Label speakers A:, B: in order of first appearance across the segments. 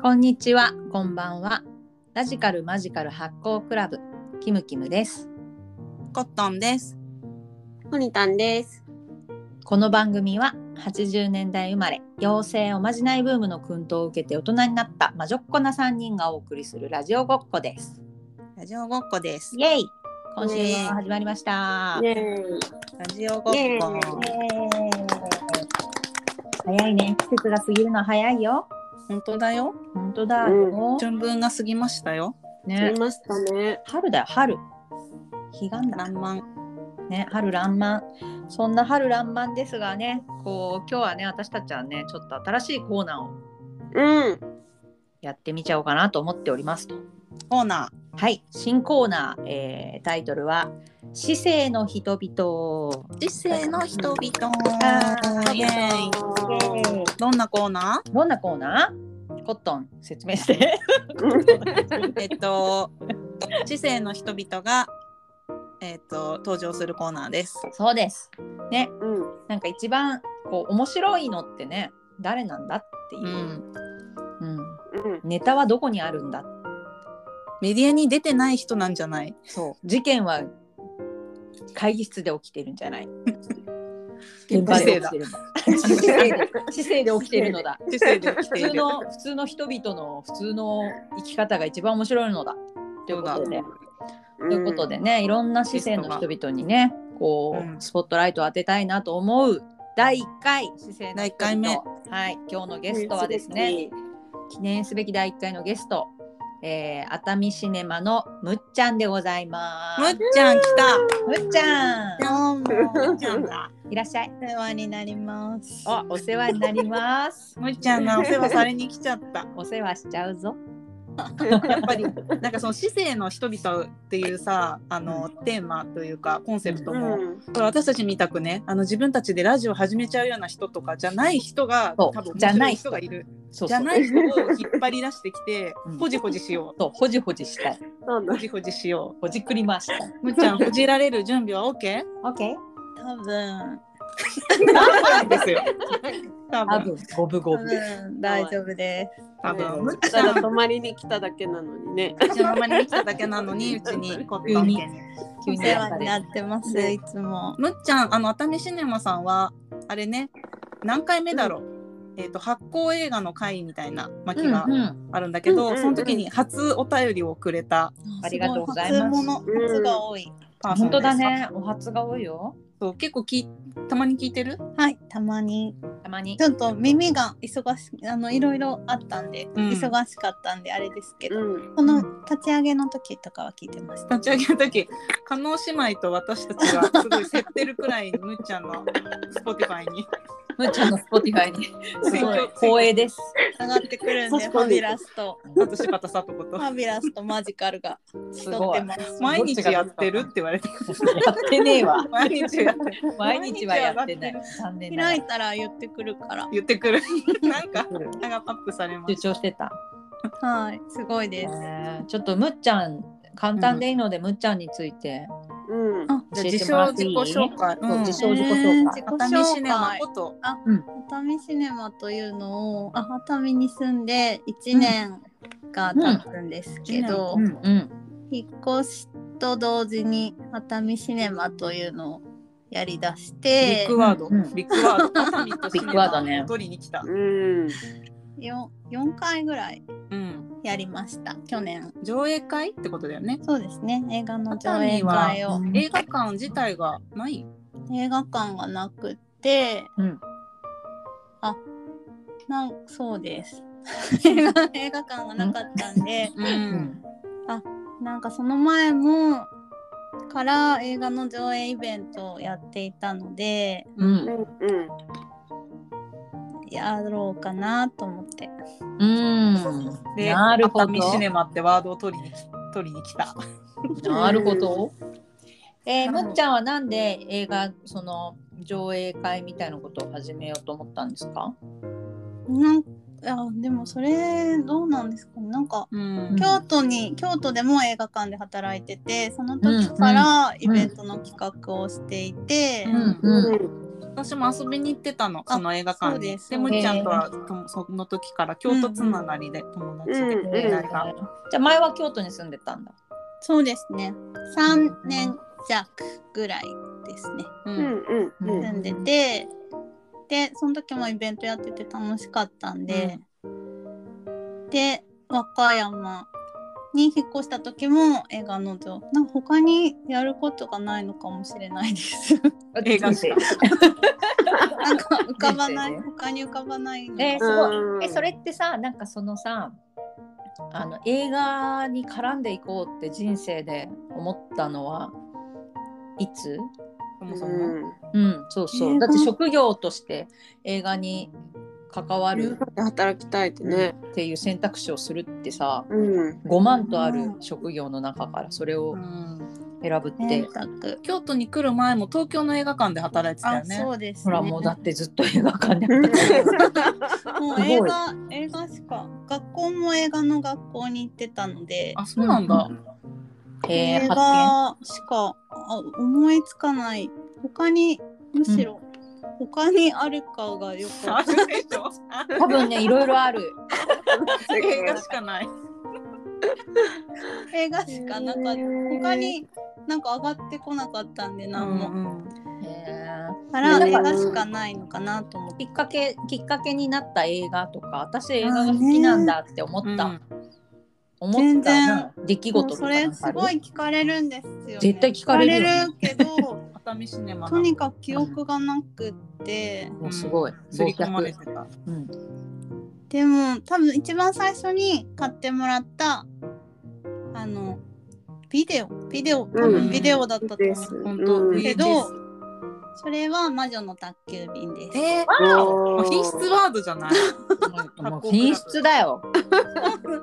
A: こんにちは、こんばんは。ラジカルマジカル発行クラブキムキムです。
B: コットンです。
C: モニタンです。
A: この番組は80年代生まれ、妖精おまじないブームの薫陶を受けて大人になった魔女っ子な3人がお送りするラジオごっこです。
B: ラジオごっこです。
A: イエイ今週も始まりました。
C: ねえ、
B: ラジオごっ
C: イエ
B: こ。
C: ー
A: 早いね。季節が過ぎるの早いよ。
B: 本当だよ。
A: 本当だ
C: うん
A: よ。
B: 順分が過ぎましたよ。
C: 見
A: ね、
C: ましたね。
A: 春だよ、春。彼岸だ
B: らんまん。
A: ね、春らんまん。そんな春らんまんですがね、こう今日はね、私たちはね、ちょっと新しいコーナーを
C: うん。
A: やってみちゃおうかなと思っておりますと。
B: コーナ
A: はい、新コーナー、えータイトルは「市政の人々
B: ー。知性の人々。
A: はい
B: イエーイ。」。どんなコーナ
A: どんなコーナーコットン説明 して。
B: ー？えっと、知性の人々がえっと登場するコーナーです。
A: そうです。ね、
C: うん。
A: なんか一番こう面白いのってね、誰なんだっていうう、
B: ん。
A: うん
C: うん。
A: ネタはどこにあるんだ
B: メディアに出てない人なんじゃない？
A: そう事件は会議室で起きてるんじゃない
B: 現場で
A: 起
B: 起
A: き
B: き
A: て
B: て
A: る姿勢で姿勢で起きてるのだ
B: 知性で起き
A: 普
B: て
A: 通
B: いる。
A: の普通の人々の普通の生き方が一番面白いのだということでということでねいろんな姿勢の人々にねこう、
B: うん
A: スポットライトを当てたいなと思う第1回姿勢の人々
B: 第一回目
A: はい今日の
C: う
A: ゲ
C: ん。
A: ストはですね、記念すべき第1回のゲスト、えー熱海シネマのむっちゃんでございま
B: むっ
A: す。
B: ちゃん来
A: むっちゃん
B: た。、どうも。むっちゃんだ。
A: いらっしゃい。
B: お世話になります。
A: あ、お世話になります。
B: むっちゃんがお世話されに来ちゃった。
A: お世話しちゃうぞ。
B: やっぱりなんかその市政の人々っていうさあのテーマというかコンセプト
C: う
B: も、こ
C: ん。
B: れ私たちみたくねあの自分たちでラジオ始めちゃうような人とかじゃない人が
A: そ
B: 多
A: う
B: 分面
A: じゃな
B: 白
A: い
B: い
A: 人
B: 人がいる
A: そうそう
B: じゃない人を引っ張り出してきて
A: うん
B: ほじほじしよ
A: そう、ほじほじしたい。
C: なん
B: う
C: だ
B: ほ。じほじしよ
A: ほじくりました。
B: うむっちゃんほじられる準備は OK?
A: オッケー。
B: 多分 多分ですよ
A: 多
B: 多分
A: 分、五分五分。
C: 大丈
B: 夫です多分むったちゃ
C: だ
B: ん
C: 泊まりに来ただけなのにね。
B: うちのままに来ただけなのにうちにコットン家に
A: 急に現れる。
B: てま
C: ね
B: つも。むっちゃん、あの熱海シネマさんは、あれね、何回目だろう。えっ、と、発行映画の会みたいな巻が
A: うんうん
B: あるんだけど、
C: うんうんうん
B: その時に初お便りをくれた
A: ありがとうございます
B: すごい初物
C: うん
B: 初が多いパーソン
A: 本
B: で
A: 当
B: す
A: だね。お初が多いよ。
B: そう結構きたまに聞いてる
D: はい、たまに
A: たまに
D: ち。ょっと耳が忙しあのいろいろあったんで、
B: うん
D: 忙しかったんであれですけど、
C: うん。
D: この立ち上げの時とかは聞いてました。
B: 立ち上げの時加納姉妹と私たちはすごい競ってるくらいにむっちゃんの Spotify に
A: むっちゃんのスポティファイに。すごい。光栄です。
D: 上がってくるんで、
C: 確
D: フ
C: かに
D: ァビュラスと
B: あと柴田さと子
D: フ
B: と
D: ァビュラスとマジカルが
A: す
D: 競っ
A: ごい
D: て。ます。
B: 毎日やってるって言われて
A: やってねえわ。
B: 毎日やってる
A: 毎日はやってない。残念なが
D: 開い
A: ら。
D: たら言ってくるから、
B: 言ってくるなんか名がアップされま
A: 主
B: す
A: 張してた。
D: はい、すごいです。
A: ねえちょっとむっちゃん、簡単でいいので、むっちゃんについて。
C: うん。
B: じゃあ
A: 教え
B: 自
A: てもら
B: 称
A: っ
B: 自
A: てい
B: 己
A: い
B: 紹介、
A: そう自
D: え
A: 称
D: ー
A: 自己紹介
D: 自己
B: 熱海シ
D: 紹
B: ネマ
D: 介
B: こと
D: 熱海シネマというのをあ熱海に住んで1年が経つんですけど、
A: うんうん。
D: 引っ越しと同時に熱海シネマというのをやりだし
B: ビ
D: て
B: ッグワード、
A: うん
B: ビッグワード熱海とシ
A: ビッ
B: ネ
A: グワード
B: マ
A: ね
B: を取りに来た、
C: うん。
D: 4, 4回ぐらい
B: うん、
D: やりました去年
B: 上映会ってことだよね
D: そうですね映画の
B: 熱
D: 上映
B: 海
D: 会を
B: は映画館自体がない
D: 映画館がなくて
A: うん
D: なんそうです 映画映画館がなかったんで
B: う
A: うんん。
D: なんかその前もから映画の上映イベントをやっていたので
A: うん
C: うん。うん。
D: やろうかなと思って
A: うん。
B: で
A: なるほ
B: 熱
A: ど。
B: 海シネマってワードを取りにき取りに来た
A: なるほど。えー、
B: はい
A: むっちゃんはなんで映画その上映会みたいなことを始めようと思ったんですか？
D: なんいやでもそれどうなんですかねなんか
B: うん
D: 京都に京都でも映画館で働いててその時からイベントの企画をしていて、
B: うん
C: うん。
B: 私も遊びに行ってたの
D: あ
B: その映画館
D: そう
B: に
D: です
B: でむっちゃんとはともその時から京都つながりで友達で、
C: うん
B: 出会いが
A: じゃあ前は京都に住んでたんだ。
D: そうですね。三年弱ぐらいですね。
B: う
C: うんんうんうん
A: う
D: 住んでて、でその時もイベントやってて楽しかったんで、で和歌山に引っ越した時も映画の上なんか他にやることがないのかもしれないです
B: 映画
A: 人
B: し
A: 生
B: か
D: なんか浮かばない
A: 人生ね
D: 他に浮かばないのが
A: えー、す
C: う
A: ご
C: ん
A: い。え、それってさ、なんかそのさ、あの映画に絡んでいこうって人生で思ったのはいつ？
B: そもそも、
C: うん
A: うん、そうそ
D: 映
A: う。
D: 画
A: だって職業として映画に関わ
C: 夕
A: る
C: 方で働きたいってね。
A: っていう選択肢をするってさ、
C: うん。
A: 5万とある職業の中からそれを
B: うん
A: 選ぶって、
D: 選択
B: 京都に来る前も東京の映画館で働いてたよ
D: あ
B: ね
D: そうです
A: ほ
D: ね
A: らもうだってずっと映画館で
C: うん
D: もう
A: すごい
D: 映画映画しか学校も映画の学校に行ってたので
B: あそうなんだ、
A: え
D: 映
A: ー、発
D: 画しかあ思いつかない他にむしろ、他にあるかがよく
B: あ るでしょ
A: 見多分ねいろいろある
B: 映画しかない
D: 映画しかなかった他になんか上がってこなかったんで何も、
A: えー
D: だから
C: うん
D: 映画しかないのかなと思って
A: きっかけきっかけになった映画とか私映画が好きなんだって思った、思
D: 全
A: った
D: 然
A: な出来事と
D: そ
A: かな
D: れ
A: んかあ
D: す
A: る
D: ごい聞かれるんですよ、ね、
A: 絶対聞かれるよね
D: 聞かれるけど
B: 熱海シネマ
D: とにかく記憶がなくって、
A: もうすごい
B: すり
A: 忘
B: 込まれ
A: 却
B: てた
A: うん
D: でも多分一番最初に買ってもらったあのビデオビデオ多
C: うん
D: 分ビデオだったと思う、
C: です
B: 本当、
C: うん
D: け
B: VHS
D: どそれは魔女の宅急便です。
B: えー、
C: お
B: も
C: ー
B: う品質ワードじゃない
A: もう品質だよ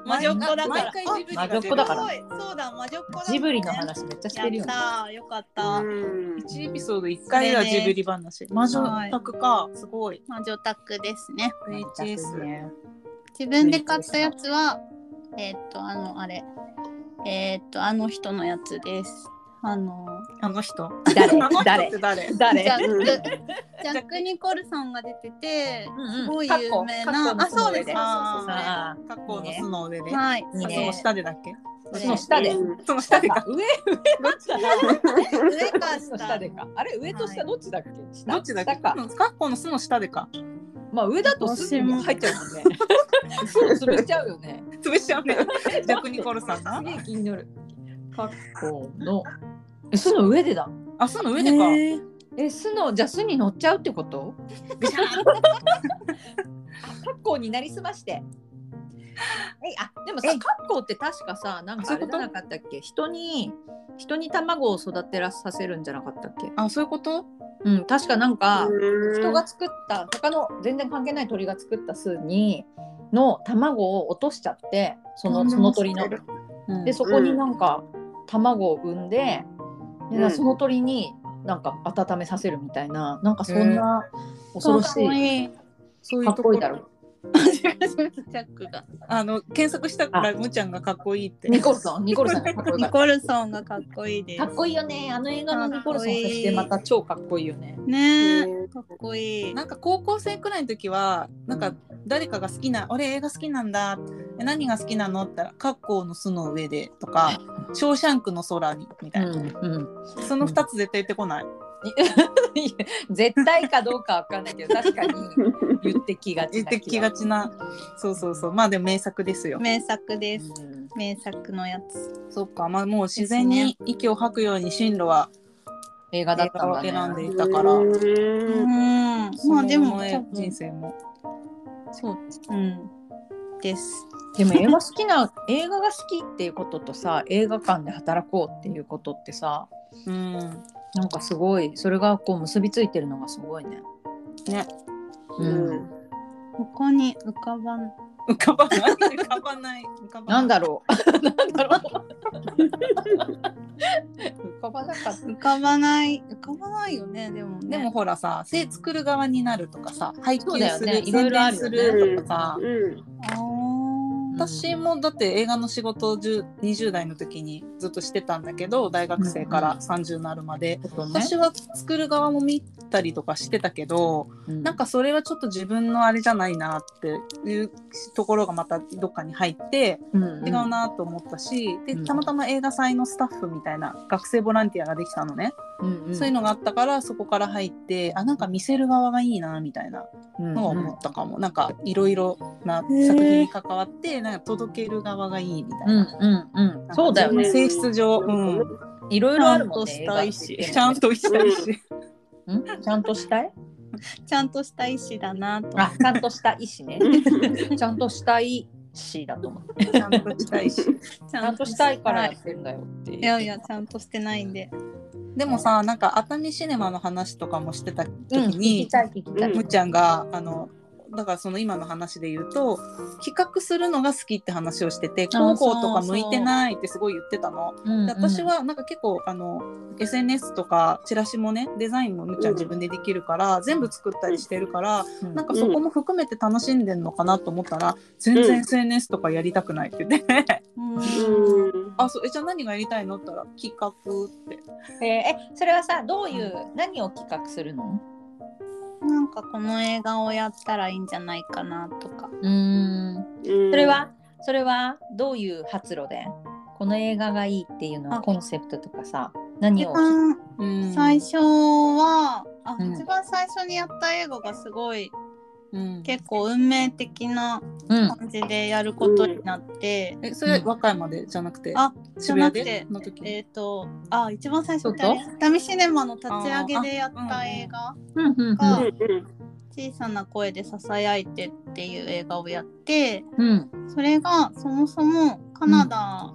D: 魔女っ子だから
B: 毎回ジブリが
A: 魔女っ子だから
D: すごいそうだ魔女っ子だ、
A: ジブリの話めっちゃし
D: や
A: てる
D: っ
A: よね
D: たーよかった、
C: うん
B: 1エピソード1回はジブリ話魔女宅かすごい
D: 魔女宅ですね
B: VHS
D: 自分で買ったやつはえーっとあのあれえーっとあの人のやつですあの
B: あの人
A: 誰
B: あの人っ
A: 誰
B: て誰
A: 誰
D: ジャッ
C: うん
D: クジャック・ニコルさんが出てて
A: うんうん
D: すごい有名な
A: 過去過去の
D: あそうです
A: 上で
D: そうそうそう
A: あ
B: 過去の巣の上で、
D: はい
A: いい
B: あその
A: ね
B: 下でだっけ
A: あ
D: そ
A: その
D: れ
A: 下で
C: うん
B: その下で か
A: 上上
D: 上か
A: 下
D: 下
A: でかあれ上と下どっちだっけ、下
B: どっちだっけ
A: 下か
B: うん過去の巣の下でか
A: まあ上だとすぐに入っちゃうもんね 潰しちゃうよね
B: 潰しちゃうねジャック・ニコルさん
A: す
B: が
A: げえ気になる。格好の。え巣の上でだ。
B: あ巣の上でか、
D: へー
A: え、巣の、じゃあ巣に乗っちゃうって こと。格好になりすま して。えい、あ、でもさ、
B: えい
A: 格好って確かさ、なんかあれじゃなかったっけ、人に。人に卵を育てらさせるんじゃなかったっけ。
B: あそういうこと
A: うん、確かなんか。
C: うん
A: 人が作った他の全然関係ない鳥が作った巣にの卵を落としちゃってそのその鳥の
B: うん
A: でそこになんか卵を産んで,で、
C: うん
A: その鳥になんか温めさせるみたいななんかそんな恐ろし
D: かっこ
A: い、
D: いい
B: そう
A: かっこいいだろ
D: ジャックが
B: あの検索したからむちゃんがかっこいいって
A: ニコルソンニコルソンがかっこいい
D: ニ
A: か
D: コルソンがかっこいいです
A: っこいいよねあの映画のニコルソン
D: かっこいい
A: そしてまた超かっこいいよね
D: ねえ
C: うん
D: かっこいい
B: なんか高校生くらいの時はなんか誰かが好きな「俺映画好きなんだ」え何が好きなの?」って言ったら「カッコーの巣の上で」とか「ショーシャンクの空に」みた
A: う
B: い
A: ん
B: な、
A: うん
B: その2つ絶対言ってこない、
A: いや 絶対かどうかわかんないけど確かに言ってきがち
B: 言っ
A: な
B: てきがちなそうそうそうまあでも名作ですよ、
D: 名作です
A: うん
D: 名作のやつ
B: そっかまあもう自然に息を吐くように進路は
A: 映画だったんだ
B: 映画を選んで
A: ね
B: いたから、
C: う
D: うんんまあでも
B: その
D: 多
B: 人
D: 分
B: 生も
D: そううんです
A: でも映画好きな映画が好きっていうこととさ映画館で働こうっていうことってさ
B: うん
A: なんかすごいそれがこう結びついてるのがすごいね。
B: ね。
A: う。
C: うんん
D: 他に浮かばない
B: 浮かばない浮かばない浮かば
A: なん
B: ない
A: だろう。 なんだろ う。浮か ばなかった。
D: 浮かばない浮かばないよねでもね
B: でもほらさ性作る側になるとかさ配給
A: そうだよ
B: す
A: ね
B: る
A: いろい
B: 宣
A: ろあ
B: 伝
A: るよ
B: す
A: ね
B: るとかさ
C: うん
D: あー
B: 私もだって映画の仕事を10 20代の時にずっとしてたんだけど大学生から30になるまで、私は作る側も見たりとかしてたけど、なんかそれはちょっと自分のあれじゃないなっていうところがまたどっかに入って違うなと思ったし、で
A: うん
B: たまたま映画祭のスタッフみたいな学生ボランティアができたのね、そういうのがあったからそこから入ってあなんか見せる側がいいなみたいなのは思ったかも、なんかいろいろな
D: へー
B: 作品に関わってなんか届ける側がいいみたいな。
A: そうだよね
B: 自分の性質上、うん、
A: いろい
D: ち
A: ろあ
D: ゃ
A: る
D: ん
A: もん
D: と
A: ね
D: したいし、
B: ちゃんとしたいし、
A: んちゃんとしたい
D: ちゃんとしたいしだなと。
A: あちゃんとしたいしねちゃんとしたいしだと思う
B: ちゃんとしたいし。
D: ち
A: ちゃんとしたいからやっ
D: い
A: てんだよっていう
D: やいや、ちゃんとしてないんで。
B: でもさ、なんか熱海シネマの話とかもしてた時
A: うん聞
B: に、
A: きたい聞きたい
B: むっちゃんがあのだからその今の話で言うと企画するのが好きって話をしてて広報とか向いてないってすごい言ってたの。
A: うん
B: で私はなんか結構あの SNS とかチラシもねデザインもむっちゃん自分でできるから、全部作ったりしてるから、
A: うん
B: なんかそこも含めて楽しんでんのかなと思ったら、全
C: う
B: 然
C: ん
B: SNS とかやりたくないって言って、
D: うん
C: うん
B: あそうえじゃあ何がやりたいのって言ったら企画って。
A: えーえそれはさどういう何を企画するの
D: なんかこの映画をやったらいいんじゃないかなとか。
A: うんそれはそれはどういう発路でこの映画がいいっていうのは
D: あ
A: コンセプトとかさ何を
D: 一番
B: うん
D: 最初は、あ
A: うん
D: 一番最初にやった映画がすごい
B: うん
D: 結構運命的な
A: うん
D: 感じでやることになって、
B: えそれ和歌山でじゃなくて、
D: あじゃ
B: 渋
D: な
B: 谷
D: く
B: で
D: て
B: の時に
D: えっ、とあ一番最初って
A: ちょっと
D: 熱海シネマの立ち上げでやった映画
A: うんうん
D: が
C: う
D: 「小さな声でささやいて」っていう映画をやって
A: うん
D: それがそもそもカナダ、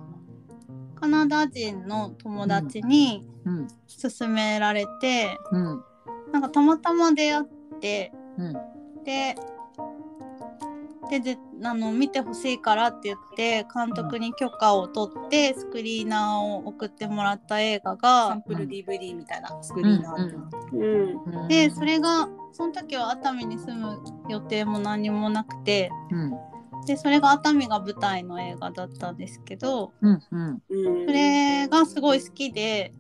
D: カナダ人の友達に
A: うん
D: 勧められて、
A: うん
D: なんかたまたま出会って
A: うん
D: ででであの見てほしいからって言って監督に許可を取ってスクリーナーを送ってもらった映画
B: サン
D: が
B: プル DVD みたいなスクリーンがあっても
C: ん
A: うん
D: でそれがその時は熱海に住む予定も何もなくて
A: うん
D: でそれが熱海が舞台の映画だったんですけど
A: うんうん
C: うん
D: それがすごい好きで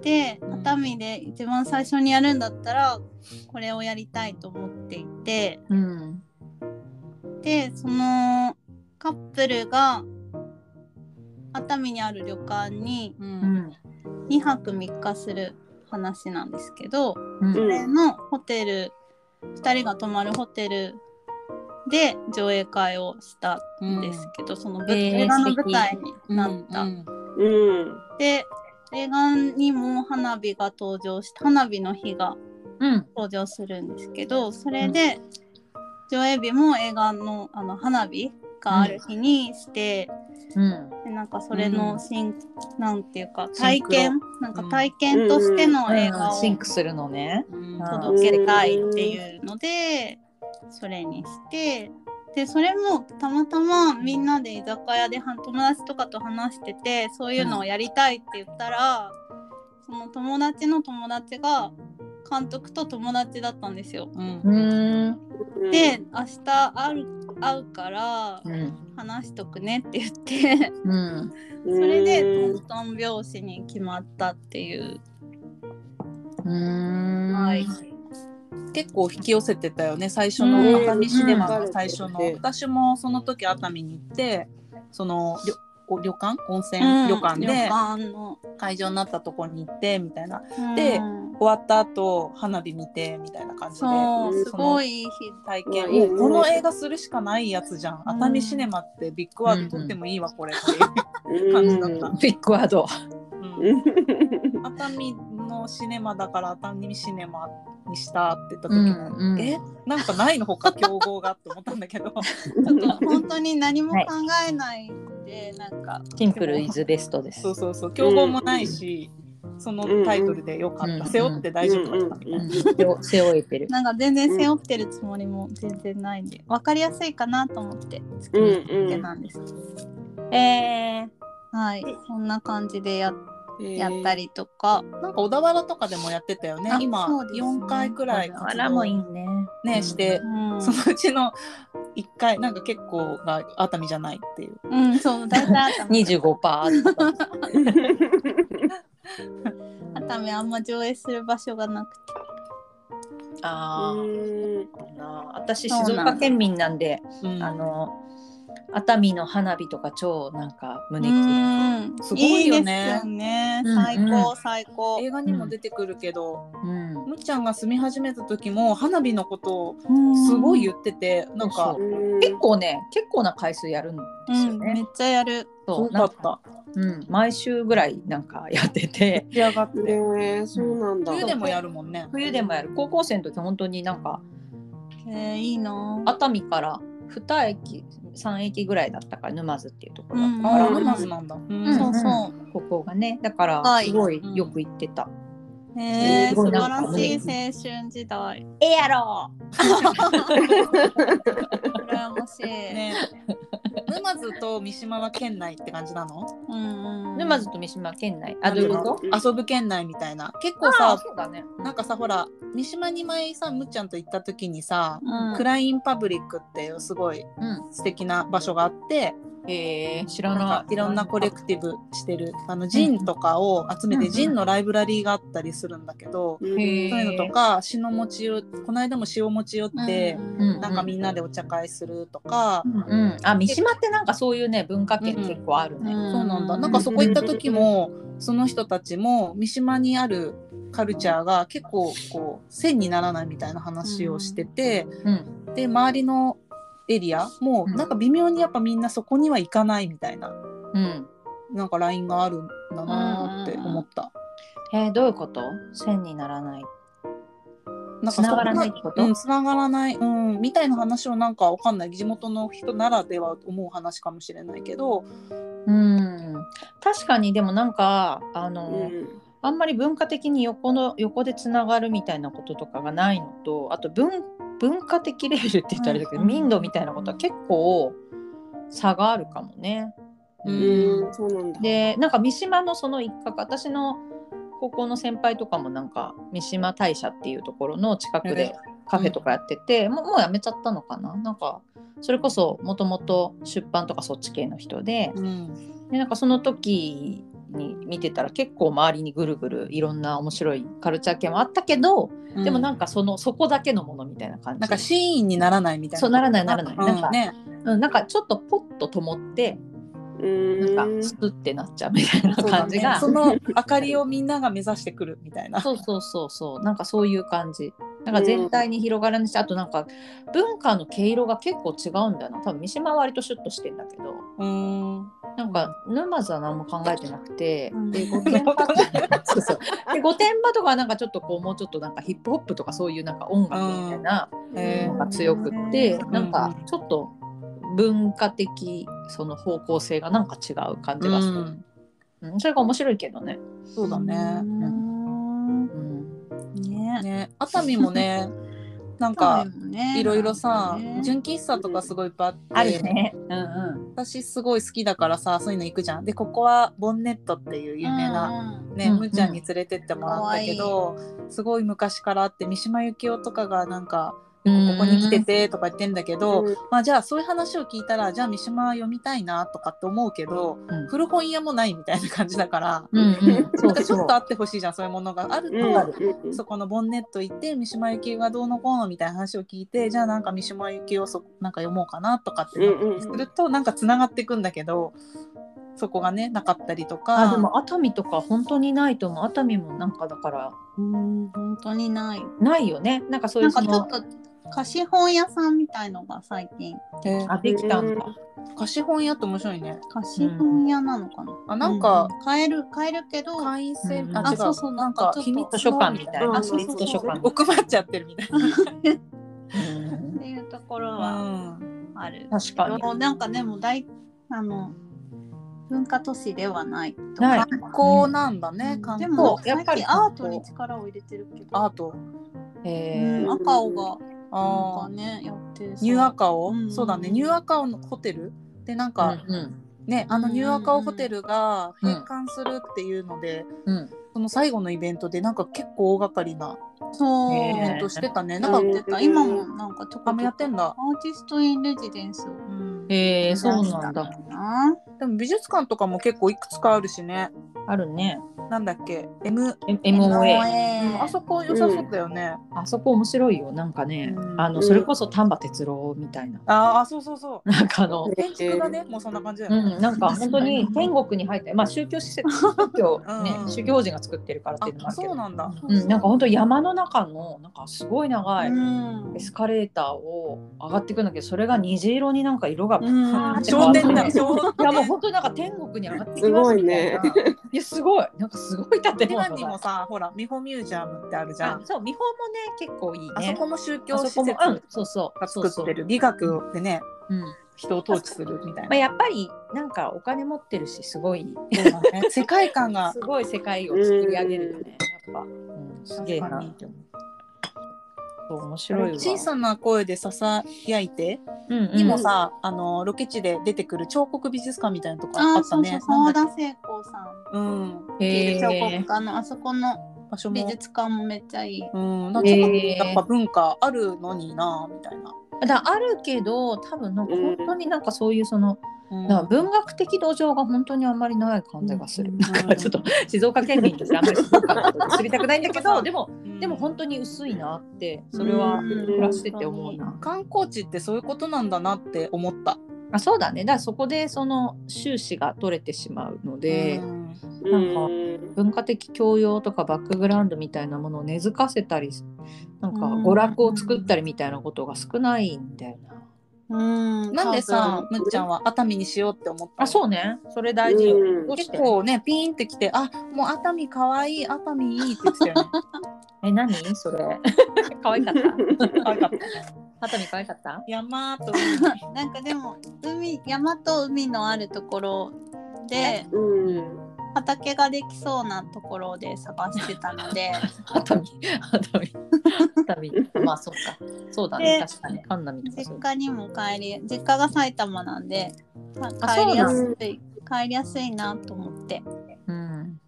D: で
B: うん
D: 熱海で一番最初にやるんだったらこれをやりたいと思っていて。
A: うん
D: でそのカップルが熱海にある旅館に
B: うん
A: うん
D: 2泊3日する話なんですけどこ
A: うん
C: うん
D: れのホテル2人が泊まるホテルで上映会をしたんですけど、その舞
A: えー
D: 映画の
A: 素敵
D: 舞台になった。
B: うん
C: うん
D: で映画にも花火が登場して花火の日が
A: うん
D: 登場するんですけどそれで上映日も映画のあの花火がある日にして、
A: うん
D: でなんかそれの新、なんていうか体
B: シ
D: 験なんか体験としての映画を
A: シンクするのね
B: うん
A: あ
D: 届けたいっていうのでそれにしてでそれもたまたまみんなで居酒屋では友達とかと話しててそういうのをやりたいって言ったら、その友達の友達が監督と友達だったんですよ。
B: うん
A: うん
C: うん
D: で明日会う会うから
A: うん
D: 話しとくねって言って
A: うん
C: う
D: そ
C: ん
D: れでトントン拍子に決まったっていう、
A: うん
D: はい、
B: 結構引き寄せてたよね最初の
C: うん
B: 熱海シネマが最初の、
C: うん
B: 私もその時熱海に行ってその旅お旅館温泉
D: うん
B: 旅館
D: 旅
B: で
D: 館の、
B: 会場になったとこに行ってみたいなで
D: で
B: 終わった後花火見てみたいな感じで
D: そう
C: うん
D: すごいいい日
B: 体
C: う
B: 験
C: んいいね
B: もうこの映画するしかないやつじゃん、熱海シネマってビッグワード取ってもいいわこれっていう感じだった、
A: ビッグワード
B: うん
C: うん
B: 熱海のシネマだから熱海シネマにしたって言った時も、
A: うんうん
B: えなんかないのほか競合がって思ったんだけど
D: ちょっと本当に何も考えないで、なんか
A: シンプルイズベストです
B: そうそうそう競合もないし、そのタイトルでよかった、
A: うん
B: 背負って大丈夫だったみたいな、
A: うん背負背負えてる
D: なんか全然背負ってるつもりも全然ないんで分かりやすいかなと思って作
C: うん
D: り
C: うん
D: 手なんですけど、
A: えー
D: はいそんな感じでややったりとか、
B: なんか小田原とかでもやってたよね
D: あ
B: 今
D: そうですね
B: 4回くらい活動
A: あらもいいね。
B: ねして、
D: うん
B: そのうちの1回なんか結構が熱海じゃないっていう
D: うん、そう大体 熱海
A: 25%パー。
D: 熱海あんま上映する場所がなくて
A: あー
C: うん
A: な私
D: そうなん
A: 静
D: だ
A: 岡県民なんで、
B: うん
A: あの熱海の花火とか超なんか胸キュン。
D: うん
B: すごいよね
D: いいですよね
A: うん
D: 最
A: う
D: 高最高、
B: 映画にも出てくるけど、
A: うん
B: むっちゃんが住み始めた時も花火のことを
D: うん
B: すごい言ってて、なんか
A: そう結構ね結構な回数やるんですよ
D: うん、め
A: ね。
D: っちゃやる
B: すご
A: そうな
B: か
A: ん
B: っ
A: か
B: た
A: うん、毎週ぐらいなんかやってて
B: 出来上がって
C: ねえそうなんだ
B: 冬でもやるもんね
A: 冬でもやる高校生の時本当になんか
D: えー、いいなあ
A: 熱海から2駅3駅ぐらいだったから沼津っていうところだったか
B: あ
A: ら、
B: あ
C: うん
B: 沼津なんだ、うん
A: ん
D: そうそ
A: ここがねだから
D: はい
A: すごいよく行ってた。
D: うえー、
A: すご
D: 素
A: いな
D: 晴
A: んから
D: しい青春時代
A: ええやろ
D: 羨ましい、
B: ね沼津と三島は県内って感じなの
D: うんうん、
A: 沼津と三島県内あ
B: なん
A: どう
B: てい
A: いう
B: う
A: こ
B: の
A: と
B: 遊ぶ県内みたいな結構
A: あ
B: さ
A: そうだね
B: なんかさほら三島に前さむっちゃんと行った時にさ、
D: うん
B: クラインパブリックっていうすご
A: う
B: い
A: ん
B: 素敵な場所があって、
A: えー、知ら
B: な
A: なん
B: か
A: い
B: いろんなコレクティブしてるあのジンとかを集め
A: うん
B: て
A: うん
B: ジンのライブラリーがあったりするんだけど、
C: うん
A: へー
B: そういうのとか詩の餅よこの間も詩を持ち寄って、
A: うん
B: なんかみんなでお茶会するとか、
D: うん
A: うん、あ三島ってなんかそういうね文化圏
B: うんうん
A: 結構あるね、
D: うん
B: そうなんだなんかそこ行った時もその人たちも三島にあるカルチャーが結構こう線にならないみたいな話をしてて、
A: うん
B: で周りのエリアも
A: うん
B: なんか微妙にやっぱみんなそこには行かないみたいな
A: うん
B: なんかラインがあるんだなーって思った。
A: えー、どういうこと線にならない
B: なんかそ
A: 繋がらないってこと
B: うん、繋がらない、うん、みたいな話をなんかわかんない地元の人ならでは思う話かもしれないけど、
A: うん確かにでもなんかあの、
C: うん
A: あんまり文化的に横の横でつながるみたいなこととかがないのとあと文文化的レベルって言ったらあれだけど、
B: うん
A: 民度みたいなことは結構差があるかもね。
B: う
C: うんそうなんだ
A: でなんか三島のその一角私の高校の先輩とかもなんか三島大社っていうところの近くでカフェとかやってて、もうもうやめちゃったのかななんかそれこそもともと出版とかそっち系の人で
B: うん
A: でなんかその時に見てたら結構周りにぐるぐるいろんな面白いカルチャー系もあったけど、でもな
B: うん
A: んかそのそこだけのものみたいな感じ
B: なんかシーンにならないみたいな。
A: そうならないならないなんか
B: うん、ね、
A: うん、なんかちょっとポッと灯って
C: うん
A: なんかスッてなっちゃうみたいな
B: そうだ
A: 感じ
B: ね
A: が。
B: その明かりをみんなが目指してくるみたいな。
A: そうそうそうそうなんかそういう感じなんか全体に広がらないし、あとなんか文化の毛色が結構違うんだよな多分三島は割とシュッとしてんだけど
B: うん。
A: なんか沼津は何も考えてなくて、
D: うん
A: で御殿場とか そうそうで御殿場とかはなんかちょっとこうもうちょっとなんかヒップホップとかそういうなんか音楽みたいな
B: え
A: の
B: ー
A: が強くって、
D: うん
A: なんかちょっと文化的その方向性がなんか違う感じがする、
B: うん
A: うんそれが面白いけどね。
B: そうだね。
D: うん
A: うん
D: ね
B: ね、熱海も ね、なん
D: か
B: かいろいろさ、純喫茶とかすごいいっぱいあって、
A: あるよね。うんうん
B: 私すごい好きだからさ、そういうの行くじゃん。で、ここはボンネットっていう有名な。ね、
A: うん
B: むーちゃんに連れてってもらったけど、すごい昔からあって三島由紀夫とかがなんか
A: こ
B: ここに来ててとか言ってんだけど、
C: うん
B: まあじゃあそういう話を聞いたらじゃあ三島読みたいなとかって思うけど、
A: うん
B: 古本屋もないみたいな感じだから、
A: うんうん、 そ
B: なん
A: う
B: かちょ
A: そ
B: っ
A: う
B: とあってほしいじゃんそういうものがある
C: うん
B: と、そこのボンネット行って三島由紀夫がどうのこうのみたいな話を聞いてじゃあなんか三島由紀夫をそなんか読もうかなとかってなったりすると、なんかつながっていくんだけどそこがねなかったりとか。
A: あでも熱海とか本当にないと思う熱海もなんかだから
D: うん本当にない
A: ないよねなんかそうい
D: な
A: うん
D: か
A: そ
D: ち
A: の
D: ょっと貸本屋さんみたいのが最近
B: えー
A: あできたんだ
B: 貸本屋って面白いね。
D: 貸本屋なのかな、
B: あなんか、
D: 買える買えるけど
B: 会員制、
A: うん
B: あ違
A: あ
D: そうそう
B: なん
D: なん
B: か
D: かちょっと
B: 秘密
A: 図書館みたい
C: うんう
A: なん私立図書館
B: 奥まっちゃってるみたいな。
A: うん
D: っていうところは
B: うん
D: ある、
A: 確かに
D: もうなんかでも大あの文化都市ではないと
A: ない
B: 観光なんだね、観
D: で
B: 光。
D: も
A: そうやっぱり
D: 最近アートに力を入れてるけど
B: アート。
A: え
D: うん
A: ー
D: 赤尾がなん
B: あ
D: か
B: あ、
D: ねやってそう
B: ニューアカオ、
D: うん
B: そうだね、ニューアカオのホテルでなんか、
A: うん
B: ね、あのニューアカオホテルが
A: うん
B: 閉館するっていうので、
A: うん、
B: その最後のイベントでなんか結構大掛かりな
D: そう、
B: イベン
A: ね
B: トしてたね。
D: な
B: なんんか、
D: かやってた今もなんかちょこちょ
B: あん
D: こ
B: まやってんだ。
D: アーティスト・イン・レジデンスを
B: うん
A: えー、そうなんだ。
D: な
B: でも美術館とかも結構いくつかあるしね。
A: あるね。
B: なんだっけ ?M。
A: M- MOA。
B: うんあそこ良さそうだよね。
A: あそこ面白いよ。なんかね、
B: うん
A: あのそれこそ丹波哲郎みたいな。
B: ああ、そうそうそ
A: なんかあの
B: う。、建築がね、もうそんな感じだ
A: う
B: よね。
A: ん、なんか本当に天国に入って、まあ宗教施設、宗教ね
B: う、ん
A: 宗教人が作ってるからっていうのもあ
B: あ、
A: るけ
B: そう
A: ど。
B: なんだ。
A: うん、なんか本当山の中の、なんかすごい長い。
D: うん
A: エスカレーターを上がっていくんだけどそれが虹色になんか色が
D: うん
B: 商店街、商
A: いやもう本当になんか天国に上がってきます
C: すごいね
A: みたいないやすごいなんかすごい建
B: 店
A: 物
B: 街
A: だ
B: にもさ、ほら、美穂ミュージアムってあるじゃ
A: あ
B: ん。
A: そう見本もね結構いいね
B: あそこも宗教
A: あ
B: 施
A: そこ
B: 設
A: もうんそうそう
B: が
A: そう
B: 作
A: そ
B: っ
A: う
B: てる美学でね、
A: うんま
B: 人を統治するみたい
A: あ、
B: な。
A: やっぱりなんかお金持ってるしすごい
B: そうだね 世界観が
A: すごい世界を作り上げるよねやっぱ、うん、すげえな
B: 確かに
A: そう面白いわ
B: 小さな声でささやいて、
A: うんうん
B: にもさあのロケ地で出てくる彫刻美術館みたいなとこ
D: あ
B: あっ
D: ー
B: た
D: そうそ
B: ね
D: う
B: なん
D: 澤
B: だっ
D: 田聖子さん
B: けうん
D: っていう彫
A: へ
D: 刻家のあそこの
B: 場所
D: 美
B: も
D: 術館もめっちゃいい。
B: うんなんかちょっと
A: へー
B: やっぱ文化あるのになみたいな、
A: えだあるけど多分なんか本当になんかそういうその、
B: うん
A: なんか文学的土壌が本当にあんまりない感じがする。
B: うん
A: なんかちょっと静岡県民としてあんまり静岡のこと知りたくないんだけ
B: そ
A: ど、
B: う
A: でも
B: うん
A: でも本当に薄いなってそれは
C: うん
A: 暮らしてて思うな。
B: 観光地ってそういうことなんだなって思った
A: あそうだね。だからそこでその収支が取れてしまうので
B: う、ん
A: なんか文化的教養とかバックグラウンドみたいなものを根付かせたり、なんか
D: うん
A: 娯楽を作ったりみたいなことが少ないんだよな。
D: うん
B: なんでさ
C: 多分
B: むっちゃんは熱海にしようって思っ
A: あ
B: たう
A: そうね。それ大事よ。
C: うん
A: どうし
B: 結
A: て
B: 構ねピーンってきてあもう熱海かわいい熱海いいって言ってたよね
A: え何それ？ 可愛かった。
B: 可愛かった
A: 熱海可愛かった？
B: 山と
D: なんかでも海山と海のあるところで
C: うん
D: 畑ができそうなところで探してた ので
A: 熱海熱海熱海まあそっかそうだね
D: で
A: 確かに神奈美とかそ
D: 実
A: う
D: 家にも帰り実家が埼玉なんで、まあ
A: あ
D: 帰りや
C: そう
D: す
C: ない
D: 帰りやすいなと思って
A: うん、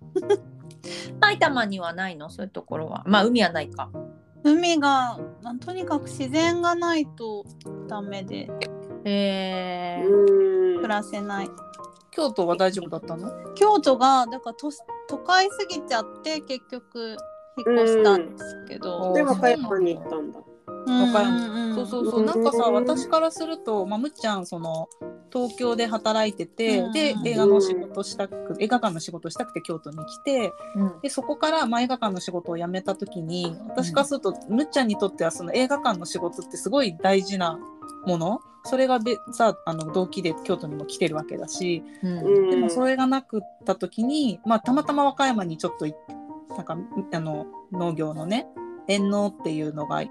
A: 埼玉にはないのそういうところはまあ海はないか
D: 海がまあとにかく自然がないとダメで
A: えー
C: うん
D: 暮らせない
B: 京都は大丈夫だったの
D: 京都がだから都都会すぎちゃって結局引っ越したんですけど、
C: で和歌山に行ったんだ。
D: うん
B: 和歌
D: ん
B: そうそう
C: うん
B: そう、なんかさ、
C: うん
B: 私からすると、まあ、むっちゃん、その。東京で働いてて、
D: うん
B: で、映画の仕事したく、映画館の仕事したくて、京都に来て。
A: うん
B: で、そこから、まあ、映画館の仕事を辞めた時に、私からすると、むっちゃんにとっては、その映画館の仕事ってすごい大事なもの。それがべ、さ、あの、同期で京都にも来てるわけだし。
A: うん
C: で
B: でも、それがなくった時に、まあ、たまたま和歌山にちょっとい。なんか、あの、農業のね、遠農っていうのが。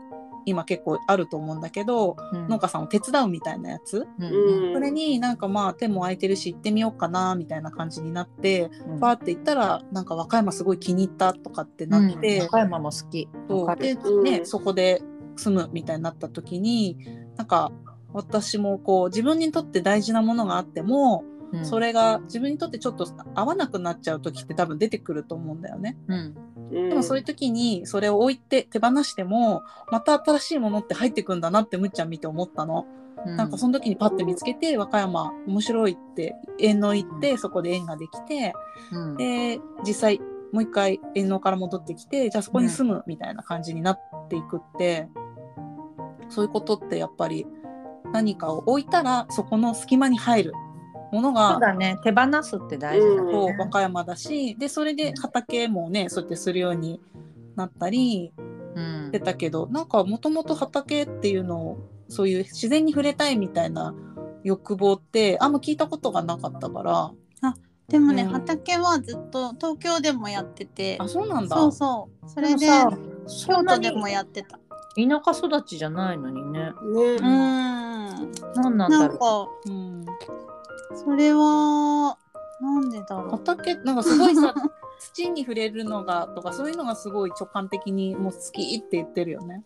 B: 今結構あると思うんだけど、
A: うん
B: 農家さんを手伝うみたいなやつ、
A: うん
C: うん
B: それになんかまあ手も空いてるし行ってみようかなみたいな感じになって
A: うん
B: パーって行ったらなんか和歌山すごい気に入ったとかって
A: う
B: なっ
A: ん
B: て、
A: 岡山も好き
B: そう
A: わか
B: で
A: る
B: ね、
C: うん
B: そこで住むみたいになった時になんか私もこう自分にとって大事なものがあって
A: う
B: も、
A: ん
B: それが自分にとってちょっと合わなくなっちゃう時って多分出てくると思うんだよね。
A: うん
B: でもそういう時にそれを置いて手放してもまた新しいものって入ってくんだなってむっちゃん見て思ったの。
A: う
B: なんかその時にパッて見つけて、和歌山面白いって縁の行って、そこで縁ができて
A: うん
B: で実際もう一回縁のから戻ってきてじゃあそこに住むみたいな感じになっていくって、そういうことってやっぱり何かを置いたらそこの隙間に入るもの
A: そう
B: が
A: だね手放すって大事だね
C: そ
B: そう和歌山だしでそれで畑もねそうやってするようになったり
A: うん
B: してたけどなんかもともと畑っていうのをそういう自然に触れたいみたいな欲望ってあんま聞いたことがなかったから
D: でもね、
B: うん
D: 畑はずっと東京でもやってて
B: あそうなんだ
D: そうそうそれ
A: で
D: で
A: もさ
D: 京都でもやってた
A: 田舎育ちじゃないのにね
D: う
C: ね
D: ーん
A: 何なん
D: な
A: だ
D: ん
A: ろ
D: か
B: うん、
D: それはなんでだろう
B: 畑なんかすごいさ 土に触れるのがとかそういうのがすごい直感的にもう好きって言ってるよね。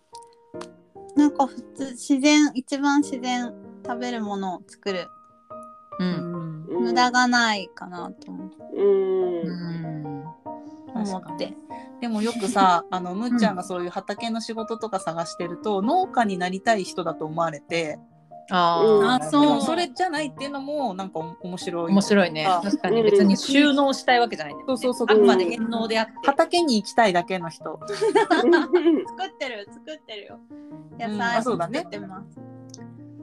D: なんか普通自然一番自然食べるものを作る
A: うう
B: うんん
C: ううん
D: 無駄がないかなと思って
C: うん
A: うん
D: 思って。
B: でもよくさあのむっちゃんがそういう畑の仕事とか探してると、農家になりたい人だと思われて
A: あ
C: うん
A: ー
D: あそう
B: でもそれじゃないっていうのもなんかお面白い
A: 面白いね
B: あ
A: 確かに別に収納したいわけじゃないんだよね
B: そうそうそ
A: あ
B: う
A: くまで返納であって
B: 畑に行きたいだけの人
D: 作ってる作ってるよ。
B: う
D: 野
B: んあ
D: 菜
B: そうだ
D: 作
B: ね
D: ってます。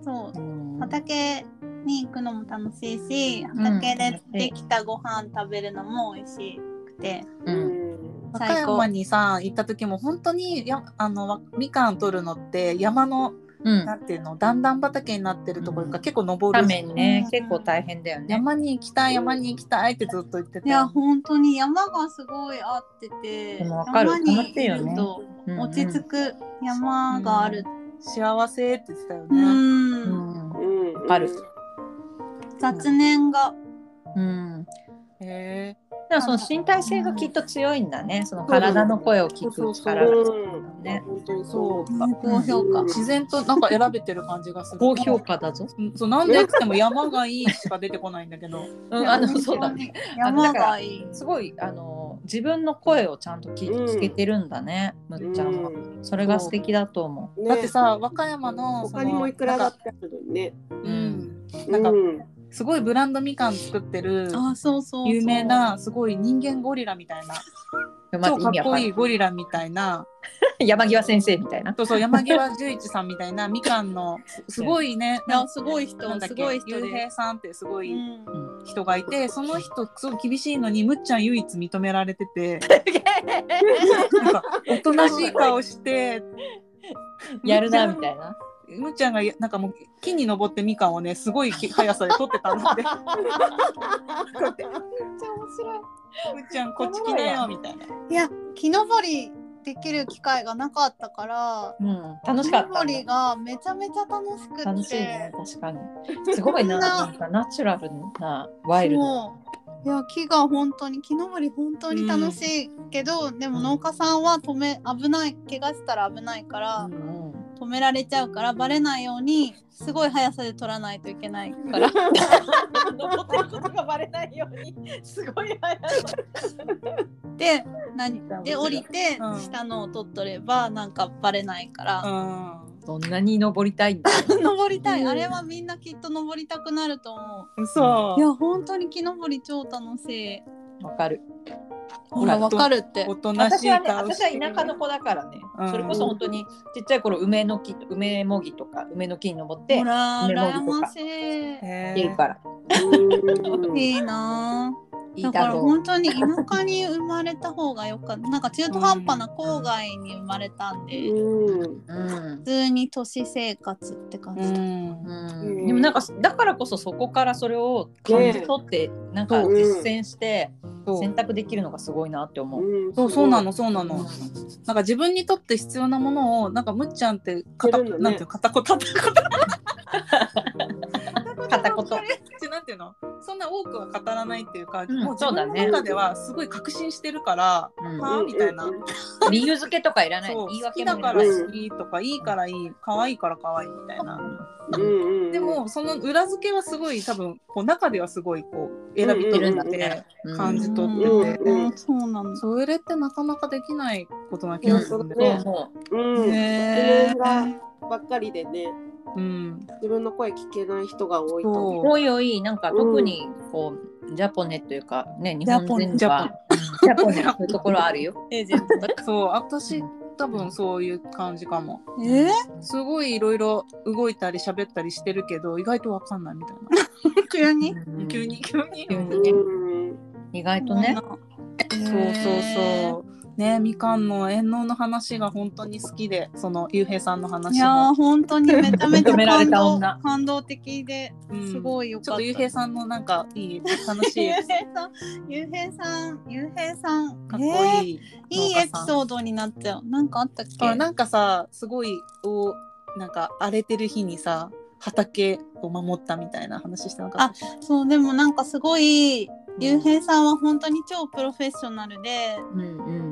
D: そう
A: うん
D: 畑に行くのも楽しいし、畑でできたご飯食べるのも美味しくて、
A: うん
C: う
B: 和
D: 最
B: 歌
D: 高
B: 山にさ行った時も本当にやあのわみかん取るのって山の
A: うん
B: なんていうの段々畑になってるところが
A: うん
B: 結構登
A: た
B: る、
A: めにね
D: うん
A: 結構大変だよね
B: 山に行きたい山に行きたいってずっと言ってた
D: いや本当に山がすごい合ってて、
A: でもわかる
D: 山に
A: 楽しい
D: い
A: よね
D: ると
A: うんうん
D: 落ち着く山がある。
B: 幸せって言ってたよ
D: う
B: ね、
D: ん、
A: うん
C: ん
A: わかる
D: 雑念が
A: うん
B: へ
A: だからその身体性がきっと強いんだねその体の声を聞く力が
C: うん
A: ね
C: 本当に
B: そ
C: そう
B: か
D: 高評価
C: うん。
B: 自然となんか選べてる感じがする
A: 高評価だぞ
B: うんそうなんでやっても山がいいしか出てこないんだけ ど
A: うんあのそうだね
D: 山がいい。
A: すごいあの自分の声をちゃんと聞,、
C: うん
A: 聞けてるんだねむっちゃんは、それが素敵だと思
C: う
B: だってさ和歌山のその
C: 他にもいくら
B: な
C: だ
B: ん
C: っ
B: か
C: てあるのにね
A: う、
B: うん、なんか
C: うん
B: すごいブランドみかん作ってる
D: あ、そうそうそう。
B: 有名なすごい人間ゴリラみたいな
A: うま
B: 超
A: ず意
B: かっ
A: 味わかん
B: こい
A: ないい
B: ゴリラみたいな
A: 山際先生みたい な
B: そうそう山際十一さんみたいなみかんのすすごいね
D: いやすごい人
B: なんだっ
D: す
B: け
D: ごい人
B: ゆうへ
D: で
B: いさんってすご
D: う
B: い
D: ん
B: 人がいてその人すごい厳しいのにむっちゃん唯一認められてて なんかおとなしい顔して
A: やるなみたいな
B: むっちゃんがなんかもう木に登ってみかんをねすごい速さで取ってたんだって こうやってむ
A: めっちゃ面白い
B: っちゃんこっち来なよみたいな。
D: いや木登りできる機会がなかったから
A: うん、楽しかった
D: 木登
A: ね
D: りがめちゃめちゃ楽しくて
A: 楽しいね確かにすごいななんかナチュラルなワイルド
D: もういや木が本当に木登り本当に楽しいけど、でも農家さんは止め危ない怪我したら危ないから、
A: うん
D: 止められちゃうからバレないようにすごい速さで取らないといけないから
A: 登ってることがバレないようにすごい早い
D: で何で降りて
B: うん
D: 下のを取っとればなんかバレないから。
B: う
A: そんなに登りたいんだ
D: 登りたい、
B: うん
D: あれはみんなきっと登りたくなると思
B: ん、そう
D: ういや本当に木登り超楽しい
A: わかる
D: ほら
B: ほら
D: わかるって
B: おとなし
A: 私
B: い
A: はね
B: 顔
A: 私は田舎の子だからね、
B: うん
A: それこそ本当にちっちゃい頃梅の木梅もぎとか梅の木に登って
D: ほら
A: メモ
D: 羨
A: リとか
D: ましい
B: へ
A: 家から
C: うん
D: いいなぁ
A: い
D: だ
A: い
D: か
A: だ
D: ら
A: ろう
D: 本当に田舎に生まれた方がよかったなんか中途半端な郊外に生まれたんで、
C: うん
A: うん
D: 普通に都市生活って感
B: う
D: じだ、
B: ん
A: うんでもなんかだからこそそこからそれを感じ取ってなんか
C: そう
A: 実践して
B: そ
A: 選
B: う
A: 択できるのがすごいなって思う。
C: うん
B: そうそうなのそうなのなんか自分にとって必要なものをなんかむっちゃんって片
C: いけるのね
B: なんていうの片言片言
A: 片言
B: なんていうのそんな多くは語らないっていうか、
A: ん
B: もう自
A: そうだ
B: 分の
A: ね
B: 中ではすごい確信してるから、
A: うん
B: はあみたいな、
C: うん
A: 理由付けとかいらない
B: そう
A: 言い
B: 好き
A: 訳
B: だ
A: もい
B: から
A: ない
B: ら好きとか、いいからいい可愛いから可愛いみたいな、
C: うんうん
B: でもその裏付けはすごい多分こう中ではすごいこう選び取るんだって、
A: うんうんうん
B: 感じ取ってて、
C: うん
D: うんそうなの
B: それってなかなかできないことな気がする
C: う
A: そ
C: ん
A: う
C: ね
A: 思う
C: うん
B: ね
C: 自分がばっかりでね
B: うん、
C: 自分の声聞けない人が多いと思う
B: そ
A: おいおいなんか特にこうジャポネというかね日本人
B: ジャポ
A: は
B: ネ
A: ジャポネそういうところあるよ。
D: エージェント
B: うそう私多分そういう感じかも
D: え
B: すごいいろいろ動いたり喋ったりしてるけど意外とわかんないみたい
D: ー、急に、
A: う
B: な
A: ん
B: 急に急に
A: 急
B: そう
A: にね
C: うん
A: 意外とね。
B: そうそうねみかんの遠納の話が本当に好きでそのゆうへいさんの
D: い
B: 話
D: や
B: も
D: ー本当にめちゃめちゃ
A: 認められ
D: 感
A: た
D: 動
A: 女
D: 感動的で
B: うん
D: すごいよ
B: ち
D: か
B: ょっ
D: っ
B: と
D: た。
B: ゆうへいさんのなんかいい楽しい
D: ゆうへ
B: か
D: いさん、ゆうへいさん、ゆうへいさん、
B: っこ
D: い。
B: いい、
D: いいエピソードになっちゃう。なんかあったっけ？
B: あなんかさすごいおなんか荒れてる日にさ畑を守ったみたいな話してなかった
D: そうでもなんかすごいゆうへいさんは本当に超プロフェッショナルで、
A: うん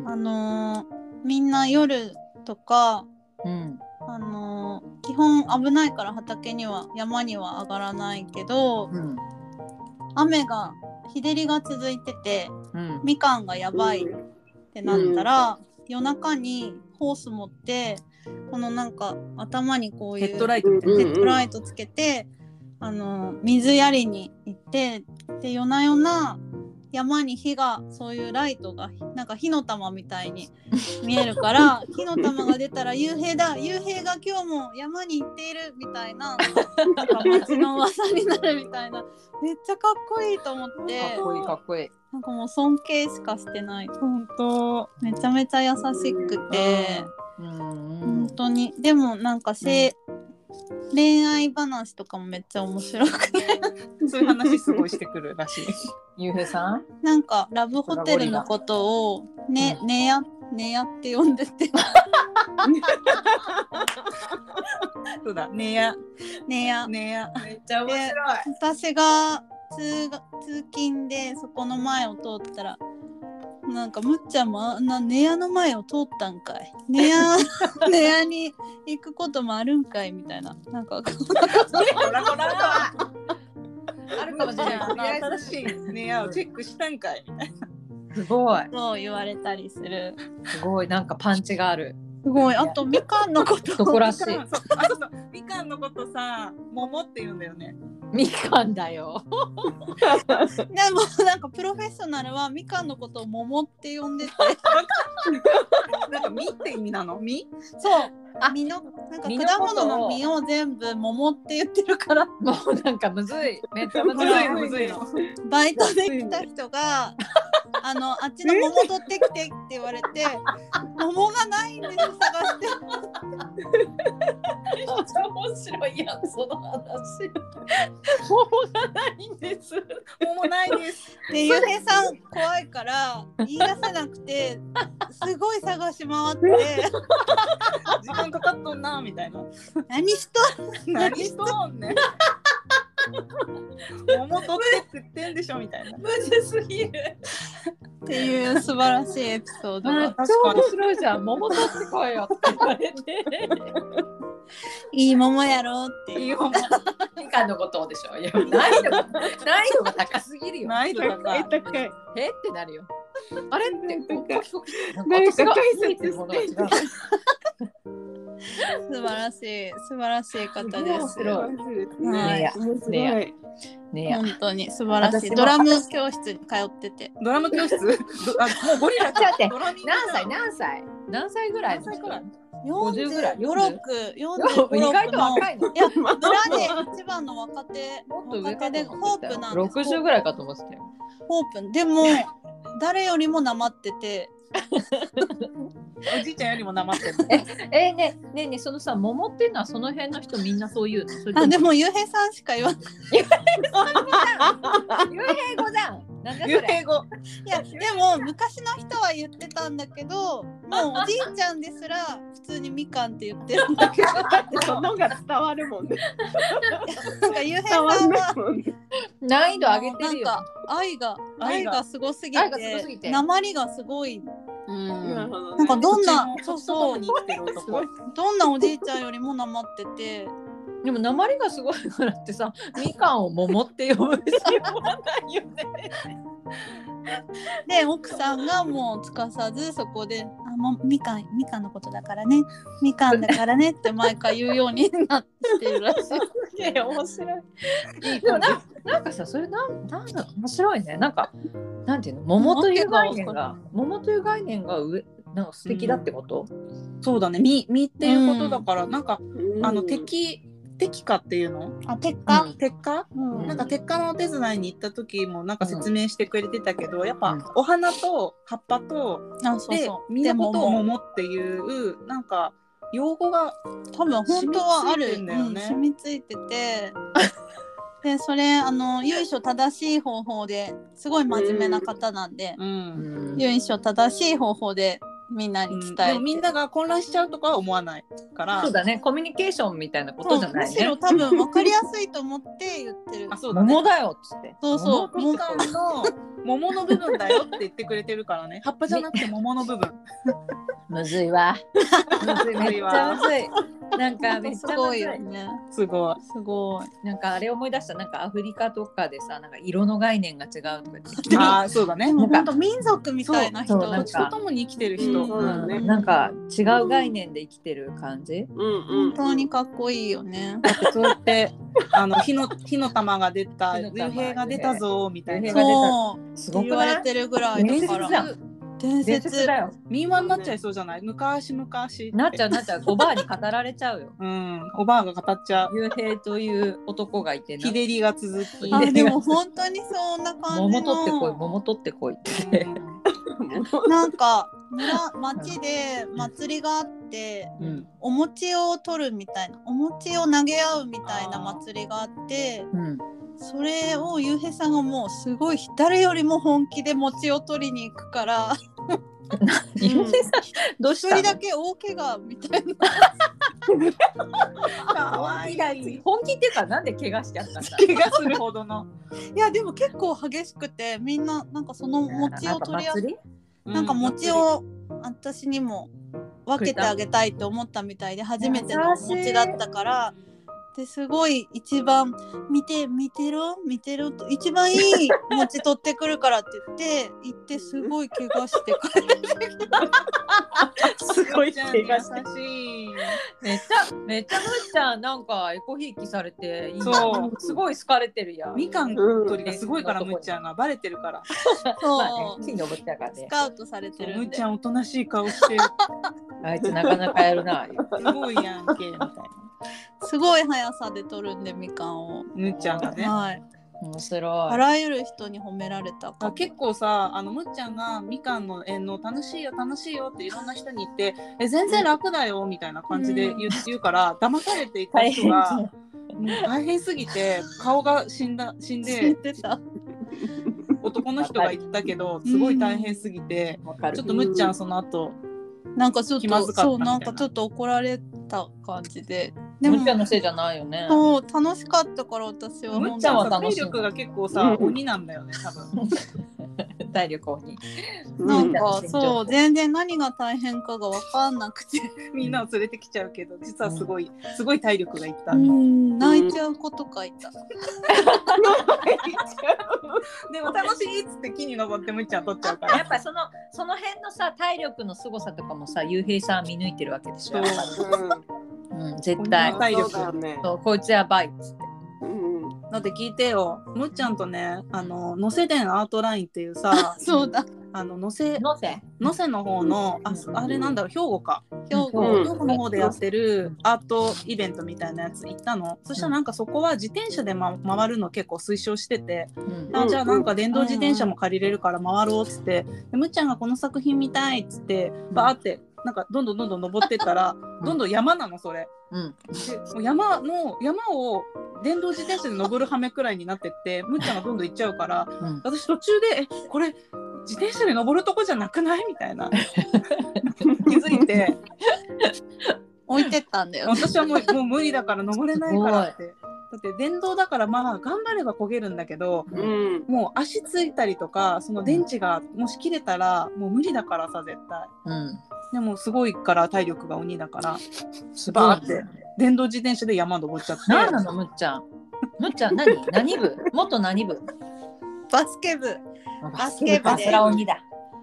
A: うん
D: あのーみんな夜とか。
A: うん
D: あのー基本危ないから畑には山には上がらないけど
A: うん
D: 雨が日照りが続いてて
A: うん
D: みかんがやばいってなったら、夜中にホース持ってこのなんか頭にこうい
B: ヘ
D: う
B: ッドライト
C: う
B: み
C: ん
B: たいな
C: う
D: ヘ
C: ん
D: ッドライトつけて、あの水やりに行ってで夜な夜な山に火がそういうライトがなんか火の玉みたいに見えるから火の玉が出たら幽閉だ幽閉が今日も山に行っているみたいななんか街の噂になるみたいなめっちゃかっこいいと思って
A: かっこいいかっこいい。
D: なんかもう尊敬しかしてない本当めちゃめちゃ優しくて。
A: うん
D: 本当にでもなんかせ、恋愛話とかもめっちゃ面白く て
B: そういう話すごいしてくるらしい。
A: ゆうへいさん。
D: なんかラブホテルのことを「ね
A: う
D: ねや」ねやって呼んでて
B: そうだ。ねや、
D: 「ねや」
B: ねや。
C: めっちゃ面白い。
D: 私が通学通勤でそこの前を通ったらなんかむっちゃんもあんな寝屋の前を通ったんかい寝屋寝屋に行くこともあるんかいみたいななん
B: ほ
D: か
B: らほら。
A: ある
B: かもしれない。新しいねやをチェックしたんかい。みたい
A: すごい。
D: そう言われたりする
A: すごい、なんかパンチがある。
D: すごいあとみかんのこと
A: どこら
B: な。
A: しい。
B: みかんそうあ、そうそう。みかんのことさ、桃って言うんだよね。
A: みかんだよ。
D: でもなんかプロフェッショナルはみかんのことを桃って呼んでて
B: なんかみって意味なの？み？
D: そう実のなんか
A: 実の
D: 果
A: ことを
D: 物の実を全部桃って言ってるから
A: もうなんかむずい。めっちゃむず
B: む
A: い。
B: ずいのむずいの。
D: バイトで来た人が「あのあっちの桃取ってきて」って言われて「桃がないんです探して
A: めっちゃ面白いやん、その話。桃がないんです。
B: 桃ないです。」
D: でゆうへいさん怖いから言い出せなくてすごい探し回って
B: 時間かかっとんなみたいな。
D: 「何しと
B: 何しとんねん。桃取って食ってんでしょみたいな。
A: むずすぎる。
D: ん?」っていう素晴らしいエピソード
A: めっ
D: が
A: ちゃ面白いじゃん。桃取ってこい よって言われて。
D: 「いい桃やろ」っていう
B: いいよ。
A: みかんのことをでしょ。いや、難易度が、難易度が高すぎるよ。
B: ないとか
A: 高い
B: 高い。
A: えってなるよ。あれって、こう、こう、なん
C: なんか解
A: 見えて
C: 説
A: るものが違う
C: してた。
D: 素晴らしい素晴らしい方です
A: すごい面白い。
D: はい
C: 面白い。
A: ねやねえや。
D: 本当に素晴らし
A: 私
D: い
A: も
D: ドラム教室に通ってて
B: ドラム教室？どあもうゴリラ
A: ちょっと待って
B: ドラミングだ
A: 何歳、何歳。何歳ぐらいの人。
B: 何歳ぐらい
A: 50ぐらい
D: 4 6 4 5
A: 意外と
D: の
A: 若いの。
D: いや裏で一番の若手
A: もっと上
D: 若手でホープなんです
A: 六十ぐらいかと思ってたよ。
D: ホープでも誰よりもなまってて
B: おじいちゃんよりもなまってる。
A: えー、ね、ねえねえ、そのさ、桃っていうのは、その辺の人みんなそう 言うの。それと
D: あで、もゆうへいさんしか言わ ない
A: ゆうへい語じゃん。なんだそ
B: 幽
A: れ。
B: 閉語。
D: いやでも昔の人は言ってたんだけどもうおじいちゃんですら普通にみかんって言ってるんだけど
C: そのが伝わるもんね。
D: な んかゆうへいさ
C: 伝
D: ん
C: わんな
D: はい
C: もんね。
A: 難易度上げてるよ。
D: なんか愛が愛
B: 愛が
D: がすごすぎ
A: 愛がすごすぎ
D: て
A: て
D: 鉛がすごい
C: な
B: ん。
C: るほどね
D: なんかどんなそ
B: そううそうう
D: そ
B: に生きてる
C: すご
B: 男
C: い。
D: どんなおじいちゃんよりもなまってて
A: でも、鉛がすごいからってさ、みかんを桃って呼ぶし。思わないよね。
D: で奥さんがもうつかさずそこで「あもうみかんみかんのことだからねみかんだからね」って毎回言うようになってるらしい。
A: いやいや、面白い。でも、なん、なんかさ、それ、なん、なんだろう、面白いね。なんか。なんていうの、桃という概念が、桃という概念が上、なんか素敵だってこと。
B: そうだね。みみっていうことだから、なんかあの
C: うん
B: 敵敵かっていうの？
D: あ結
A: 果
B: 鉄火？
D: うん
B: なんか鉄火のお手伝いに行った時もなんか説明してくれてたけど、やっぱお花と葉っぱと
D: あそう
B: で
D: そう
B: みんな
D: で
B: ことを
D: も
B: 桃っていうなんか用語が
D: 多分本当はある
B: 染みついてんだよね
D: うん、染みついててでそれあの由緒正しい方法ですごい真面目な方なんで、
B: うん。
D: 由緒正しい方法でみんな
B: う
D: に
B: ん
D: 伝えて
B: でもみんなが混乱しちゃうとかは思わないから。
A: そうだね、コミュニケーションみたいなことじゃ
D: む
A: ない
D: し
A: ね
D: ろ。多分分かりやすいと思って言ってる
B: あそうだね。
A: 桃だよっつって。
D: そうそう
A: 桃
B: みかんの桃の部分だよって言ってくれてるから ね。葉っぱじゃなくて桃の部分。
A: むずいわ。
B: むずい
A: めっちゃむずい。なん かめっち
D: す
A: ゃむ
D: ご
A: ず
D: い
A: い。
D: よね。
B: すごい。
A: すごい。なんかあれ思い出した。なんかアフリカとかでさ、なんか色の概念が違うとか言って。
B: ああ、そうだ
D: で
B: ね。
D: も本当民族みたいな人
A: そうそうなん
B: 土地とともに生きてる人。
C: うんそうだね
A: なんか違う概念で生きてる感じ。
C: うん
D: 本当にかっこいいよね。
B: だってそうやって、あの 火の、火の玉が出た、
A: 火の
B: 竜
A: 玉
B: 兵が出たぞみたい
A: 竜
B: な
A: 兵。
D: そう
A: すごく
D: 言
A: な
D: わ
A: い
D: れてるぐらい
A: 伝説
D: だか
A: だ
D: ら
A: よ。伝
D: 伝説
A: 説だよ。
B: 民話になっちゃいそうじゃない。昔昔。
A: なっちゃうなっちゃう。おばあに語られちゃうよ。
B: うん、おばあが語っちゃう。
A: 幽閉という男がいてな
B: 日。照りが続き。
D: あでも本当にそんな感じ
A: 桃取ってこい、
D: の
A: 桃取ってこいって言っ
B: う
A: て。
B: ん
D: なんか村町で祭りがあって
A: うん。
D: お餅を取るみたいなお餅を投げ合うみたいな祭りがあって
A: うん。
D: それをゆうへいさんがもうすごい誰よりも本気で餅を取りに行くから
A: 幽閉さん、どう
D: 一
A: したの
D: 人だけ大怪我みたいな
B: かわいい。
A: 本気っていうか、なんで怪我しちゃったんだ
B: 怪我するほどの。
D: いやでも結構激しくてみんななんかその餅を取り合って
A: り
D: なんか餅 を私にも分けてあげたいと思ったみたいで初めての
A: 優しい
D: 餅だったからですごい一番見て見てろ見てろと一番いい餅取ってくるからって言って行ってすごい怪我して帰る
A: すごい怪我して。
B: 優しい。
A: めっちゃ、めっちゃむっちゃん、なんかエコひいきされていいな。
B: そう
A: すごい好かれてるやん。
B: みかん取りがすごいから、むっちゃんがバレてるから。
A: まあ
D: そう
A: ね、木登ったからね
D: ス。カウトされてる
B: む
D: ん
B: っ
D: で
B: ちゃんおとなしい顔してる。
A: あいつなかなかやるな。
B: すごいや んけみたいな。
D: すごい速さで取るんでみかんを。
B: むっちゃんがね。
D: はい、
A: 面白
D: あ
A: い。
D: らゆる人に褒められたか
B: あ
D: も
B: 結構さあのむっちゃんがみかんの縁の楽しいよ楽しいよっていろんな人に言ってえ全然楽だよみたいな感じで言う,、言うから騙されていく
A: 大
B: 人
A: 変
B: がもう大変すぎて顔が死んだ死ん
D: 知っ
B: で
D: てた
B: 男の人が言ったけどすごい大変すぎて、
A: わかる
B: ちょっとむっちゃんその後
D: なんかちょっ
B: 気ま
D: と
B: ずかったみ
D: そう
B: たいな
D: なんかちょっと怒られた感じでで
A: む
D: も
A: っちゃんのせいじゃないよね。
D: そう楽しかったから私は
B: むっちゃんは
A: さ
B: さ
A: 楽
B: 体
A: しい
B: 力が結構さ、
C: うん
B: 鬼なんだよね多分。
A: 体力をに。
D: な
A: うん
D: んかそう全然何が大変かが分かんなくて
B: みんなを連れてきちゃうけど実はすごい、すごい体力がいった、
D: 泣いちゃう子とかいた
B: でも楽しいっつって木に登ってむっちゃん取っちゃうから
A: やっぱそのその辺のさ体力の凄さとかもさゆうへいさん見抜いてるわけでしょ。
B: そう
A: やっぱりうん絶対
B: こんな。体力
C: そうだね
A: そうこいつやばいっつって。
C: うんうん
B: だって聞いてよむっちゃんとねあの能勢伝アートラインっていうさ
D: そうだ
B: あの能勢
A: のせ。
B: 能勢の方のあすあれなんだろう兵庫か
D: 兵庫
C: うん
B: 兵庫の方でやってるアートイベントみたいなやつ行ったのそしたらなんかそこは自転車で、ま、回るの結構推奨してて
A: うん
B: あじゃあなんか電動自転車も借りれるから回ろうっつってでむっちゃんがこの作品見たいっつってバーってなんかどんどんどんどん登ってったら
A: うん
B: どんどん山なのそれ。
A: うん。
B: でもう山の山を電動自転車で登る羽目くらいになってってむっちゃんがどんどん行っちゃうから
A: うん。
B: 私途中で「えこれ自転車で登るとこじゃなくない?」みた いな気づいて
D: 置いてったんだよ
B: 私はもうもう無理だから登れないからってだって電動だからまあ頑張れば焦げるんだけど
C: うん
B: もう足ついたりとかその電池がもし切れたらもう無理だからさ絶対
A: うん。
B: でもすごいから体力が鬼だから
A: す
B: バーって電動自転車で山登っちゃって
A: 何なのむっちゃん。むっちゃん何何部？元何部？
D: バスケ部
A: バ
D: スケ部で
A: バスラ鬼だ。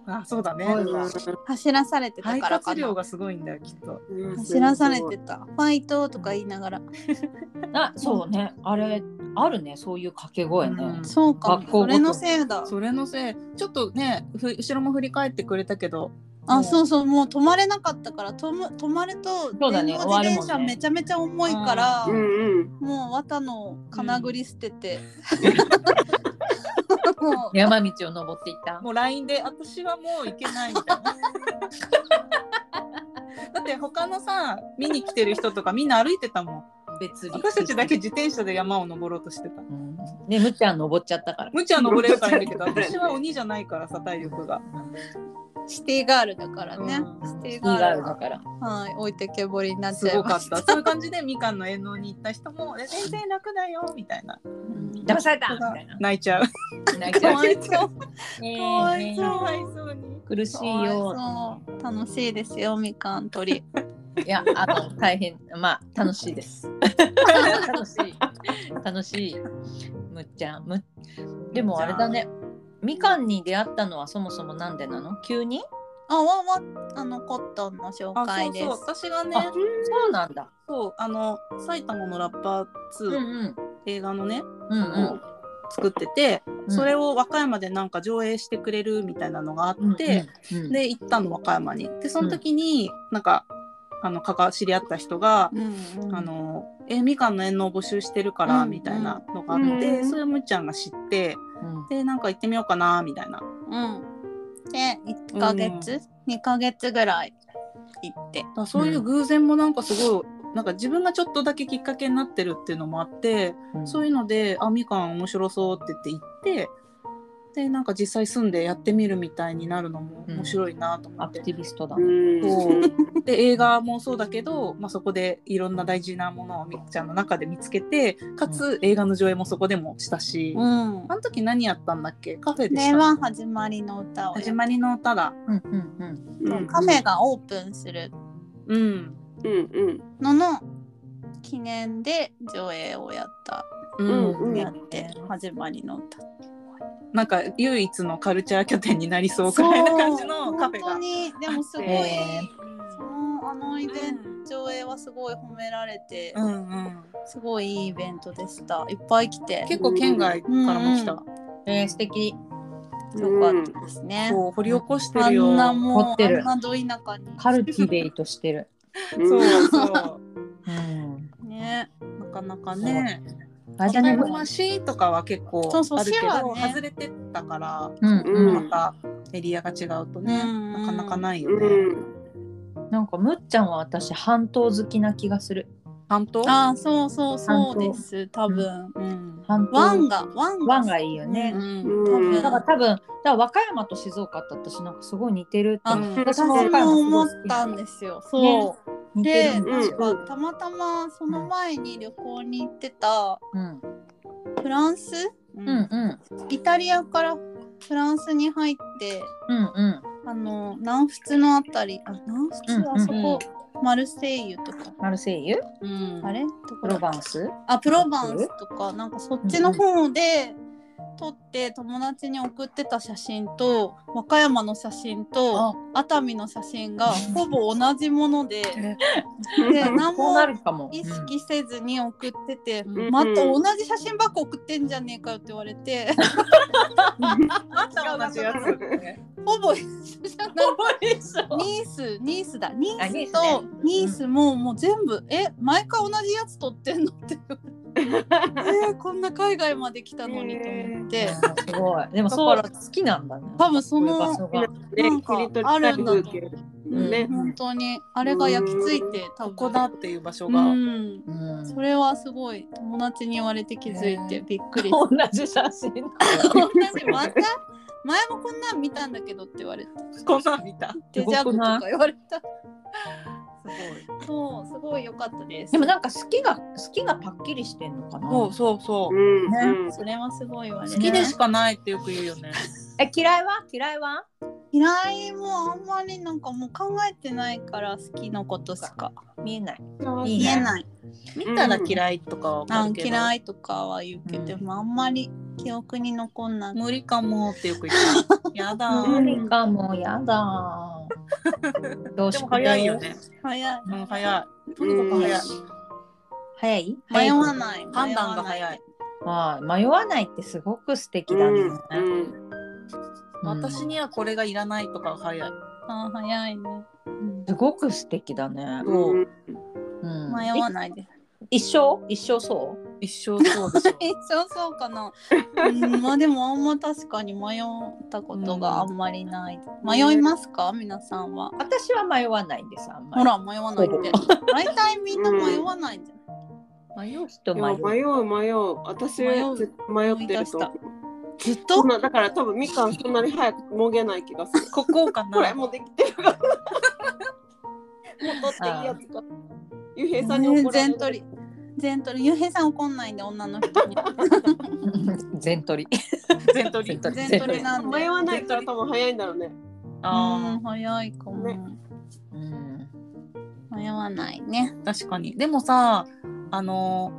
B: あそうだね
A: すごいわ
D: 走らされてた
B: 肺
D: からか
B: 活量
D: な
B: がすごいんだよきっと。
C: うん
D: 走らされてたファイトとか言いながら
A: あそうねあれあるねそういう掛け声ね。
B: うん
D: そうか
A: 学校ご
D: そ
A: と
D: れのせいだ
B: それのせいちょっとねふ後ろも振り返ってくれたけど
D: あそうそうもう止まれなかったから止む止まると
A: そうだね終
D: 電動自転
A: わるも
D: 車
A: んね
D: めちゃめちゃ重いから
C: うんうん
D: もう綿の金繰り捨てて、 もう
A: 山道を登っていった。
B: もう LINE で私はもう行けないみたい な。だって他のさ見に来てる人とかみんな歩いてたもん
A: 別に
B: 私たちだけ。自転車で山を登ろうとしてた
A: うんねむっちゃん登っちゃったから。
B: むちゃん登れるからいいんだけど私は鬼じゃないからさ体力が
D: シティガールだからね、
B: うん
D: シティ
A: が
D: ガ
A: あ
D: ール
A: るだから。
D: はい置いてけぼりになっ
B: す
D: ちゃい
B: ごか
D: ま
B: っ。
D: した
B: そういう感じでみかんの遠納に行った人 も、え全然楽だよみたいな。
A: 騙されたみたいな。
B: 泣いちゃう。
A: 泣い
D: た
A: ち
D: か
A: ゃう
D: わいそう
A: ねえ
D: かわいそう
B: かわいそうに。
A: 苦しいよ。
D: そう楽しいですよみかん取り
A: いや、あの、大変、まあ、楽しいです。楽しい。楽しい。むっちゃん、む。でも、あれだね。みかんに出会ったのはそもそもなんでなの急に
D: あわわあのコットンの紹
B: あ、そ
D: 介
B: う
D: で
B: そう。
D: す
B: 私がね、
A: あそうなんだ。
B: そうあの埼玉のラッパー
A: うんう
B: 2、
A: ん。
B: 映画のね、
A: うん
B: を作ってて、
A: うん。
B: それを和歌山でなんか上映してくれるみたいなのがあって、
A: うんうんうん、
B: で行ったの和歌山に。でその時に、なんかあのかか知り合った人が、
D: うんうん
B: あのえみかんの遠納募集してるから、
D: うん
B: みたいなのがあって、
C: うん
B: それをむっちゃんが知って
A: うん
B: でなんか行ってみようかなみたいな。
D: うんで1ヶ月、2ヶ月ぐらい行って
B: だからそういう偶然もなんかすごい、なんか自分がちょっとだけきっかけになってるっていうのもあって。
A: うん
B: そういうので、あ、みかん面白そうって言って行って、で、なんか実際住んでやってみるみたいになるのも面白いなと思
A: ア
B: って。
A: クティビストだ。
C: そ
B: そうで映画もそうだけど、まあ、そこでいろんな大事なものをみっちゃんの中で見つけてかつ映画の上映もそこでもしたし、
D: うん
B: あの時何やったんだっけカフェでし
D: で
B: た
D: は
B: っけ
D: 始まりの歌をや
B: 始まりの歌だ
A: うんうんうん。
C: うん
D: カフェがオープンする
B: うん
C: うんうん
D: のの記念で上映をやった、
B: うん
C: うん
D: やって始まりの歌
B: なんか唯一のカルチャー拠点になりそうくらいな感じのカフェ
D: 本当
B: が。
D: にでもすごい、
A: えー
D: そのあのイベント、上映はすごい褒められて、
B: うんうん、
D: すごいいいイベントでしたいっぱい来て
B: 結構県外からも来た、
D: うん
A: えー、素敵。
D: よかったですね、
B: そう掘り起こして
D: あ
B: るよ。
D: んなもう
A: 凝
D: あ
A: ってる
D: んなど田舎に
A: カルティベートしてる。
B: そうそう。
A: うん。
D: ね
B: なかなかね。
A: あれだ
B: 岡
A: ね。
B: 山市とかは結構
D: そうそう
B: あるけ
D: 市
B: ど、
D: はね
B: 外れてたから、
A: うん
C: う
A: うん
B: ま
C: ん。
B: たエリアが違うとね、
D: うん
B: なかなかないよね。
C: うん
A: なんかむっちゃんは私半島好きな気がする。
B: 半島
D: あーそうそうそ
A: 本
D: う
A: 当
D: です多分、
B: うん。
A: 半島。
D: 湾が湾が
A: 湾がいいよね。
B: うん。
D: うん
A: だから多分、だから和歌山と静岡って私なんかすごい似てるって
D: あ
A: 思う。
C: うん
A: 私
D: そ
A: も和
D: う
A: 歌山
D: も思
A: すごい好
D: っ
A: き
D: た
A: なの
D: んですよそう、
A: ね似て
D: で
A: る。
D: 確かたまたまその前に旅行に行ってた
A: うん
D: フランス
B: うん。
A: うんうん
D: イタリアからフランスに入って
A: うんうん。
D: あの南仏のあたりあ南仏、
A: うんうん
D: あそこ、マルセイユとか
A: マルセイユ、
B: うん
D: あれど
A: プ
D: こだ
A: ロバンス。
D: あプロバンスとかなんかそっちの方で撮って友達に送ってた写真と和歌山の写真
B: あ
D: と熱海の写真 がほぼ同じものでで何
A: こう
D: も
A: なるかも。
D: 意識せずに送ってて、
B: うん
D: また同じ写真ばっか送ってんじゃねえかよって言われ て
B: あんた同じやつ。
D: ほぼ一緒じゃな
A: う
D: い
A: ん。
D: ニースニースだニ
A: あニー
D: ー
A: ス
D: ス
A: ね
D: とニースも、もう全部え毎回同じやつ撮ってんのって言われてえーこんな海外まで来たのにと思って。
A: あーすごい。でもそう好きなんだね。
D: 多分その
A: こういう場所が
D: なんかあるんだと思
A: うん
C: ね。
D: 本当にあれが焼き付いて多
B: こ
D: 分
B: こだっていう場所
D: う
B: が。
D: ん
A: うん。
D: それはすごい友達に言われて気づいて
B: ね
D: びっ くり
A: 同じ写真。
D: 同じまた前もこんなん見たんだけどって言われて
B: こんなん見た。
D: デジャブとか言われた
B: すごい。
D: そうすごい良かったです
A: でもなんか好きが好きがパッキリしてんのかな。
B: そうそうそう。
C: うん。
D: それはすごいわね
B: 好きでしかないってよく言うよね。
A: え嫌いは嫌いは？
D: 嫌いもあんまりなんかもう考えてないから好きのことしか
A: 見えない。
C: い
A: い
D: 見
A: ね
D: えない
B: 見たら嫌いとかはわか
D: あ
B: るけど。
D: 嫌いとかは言うけど、
A: うん
D: でもあんまり記憶に残んなく
B: 無理かもってよく言ってた。やだ
A: 無
B: ー。
A: 理かもや だ。どう
B: で
A: し
B: も早いよ。ね。
D: 早い
B: うん、早い。とにかく早い。
A: 早い？
D: 迷わない
B: 判断が早い。
A: まあ迷わないってすごく素敵だね。うん
B: 私にはこれがいらないとかが早い。
D: あー早いね、
A: すごく素敵だね。うん。
D: 迷わないです
A: い。一生一生そう？
B: 一生そうでしょ。
D: 一生そうかな、うん、まあでもあんま確かに迷ったことがあんまりない、迷いますか皆さんは
A: 私は迷わないんですあんま
D: ほ
A: り。
D: ら迷わないって大体みんな迷わないじゃん
A: 迷う人
C: いや
A: 迷う。
C: 迷う迷う私
D: 迷う
C: 絶対迷ってると思う
D: ずっ
C: そ
D: と
C: んなだから多分みかんそんなに早くもげない気がする。
B: ここか
C: これ
B: な
C: もうできてるから。もう取っていいやつか。ゆうへいさんに怒られ
D: 全
C: る。
D: 取り全取りゆうへいさん怒んないんで女の人に
A: 全取り。
B: 全取り。
A: 全
D: 全取りなんで
C: 迷わないから多分早いんだろうね。
D: うん
B: あ
D: 早いかも、
C: ね
A: うん。
D: 迷わないね
B: あ確かに。でもさあの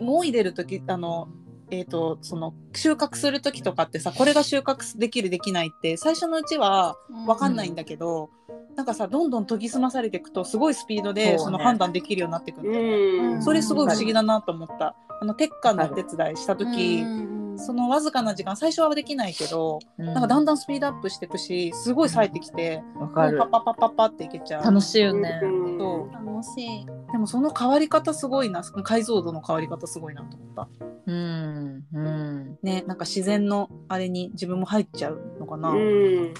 B: もう入れる時あのえー、とその収穫する時とかってさこれが収穫できるできないって最初のうちはわかんないんだけど、なんかさどんどん研ぎ澄まされていくとすごいスピードで
A: そうね
B: その判断できるようになってくるんだよね
C: うん。
B: それすごい不思議だなと思った。あの鉄管のお手伝いした時、
D: うん
B: そのわずかな時間最初はできないけど、
A: な
B: なんかだんだんスピードアップしていくしすごい冴えてきて、
A: わかる
B: もう。パッパッパッパッっていけちゃう。
A: 楽しいよ
C: うん
A: ね。
B: そう
D: 楽しい
B: でもその変わり方すごいな解像度の変わり方すごいなと思った。
A: うん。うん。
B: ねなんか自然のあれに自分も入っちゃうのかな。
C: うん。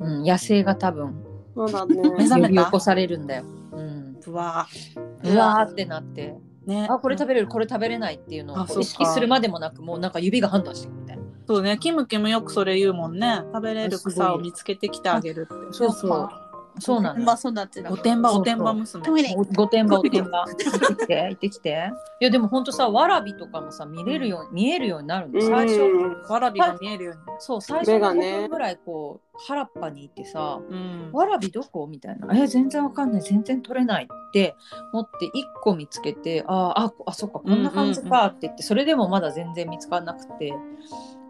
A: うん。野生が多分
C: そうだね。
B: 目覚
A: 呼
B: めた
A: び起こされるんだよ。うん。
B: うわ
A: うわーってなって、
B: ね
A: あこれ食べれるこれ食べれないっていうのを
B: あ
A: こ
B: そう
A: う
B: か
A: 意識するまでもなく、もうなんか指が判断してるみたいな。
B: そうねキムキムよくそれ言うもんね食べれる草を見つけてきてあげるって。
A: そうそう。そうなんだ。
D: 本場育ちだ
B: おてんばおてんば娘。
D: トイレ
A: お御殿場お殿場 行ってきて行ってきていやでもほんとさわらびとかもさ見れるよう、見えるようになるの
C: うん
A: 最初、
B: わらびが見えるように。
A: そう最初
C: 目
A: の
C: が
A: 5
C: ね
A: 分ぐらいこう原っぱに行ってさ
B: うん
A: わらびどこみたいな「え全然わかんない全然取れない」って持って1個見つけて「あーあこあそっかこんな感じ
B: うんうんう
A: か」って言って、それでもまだ全然見つからなくて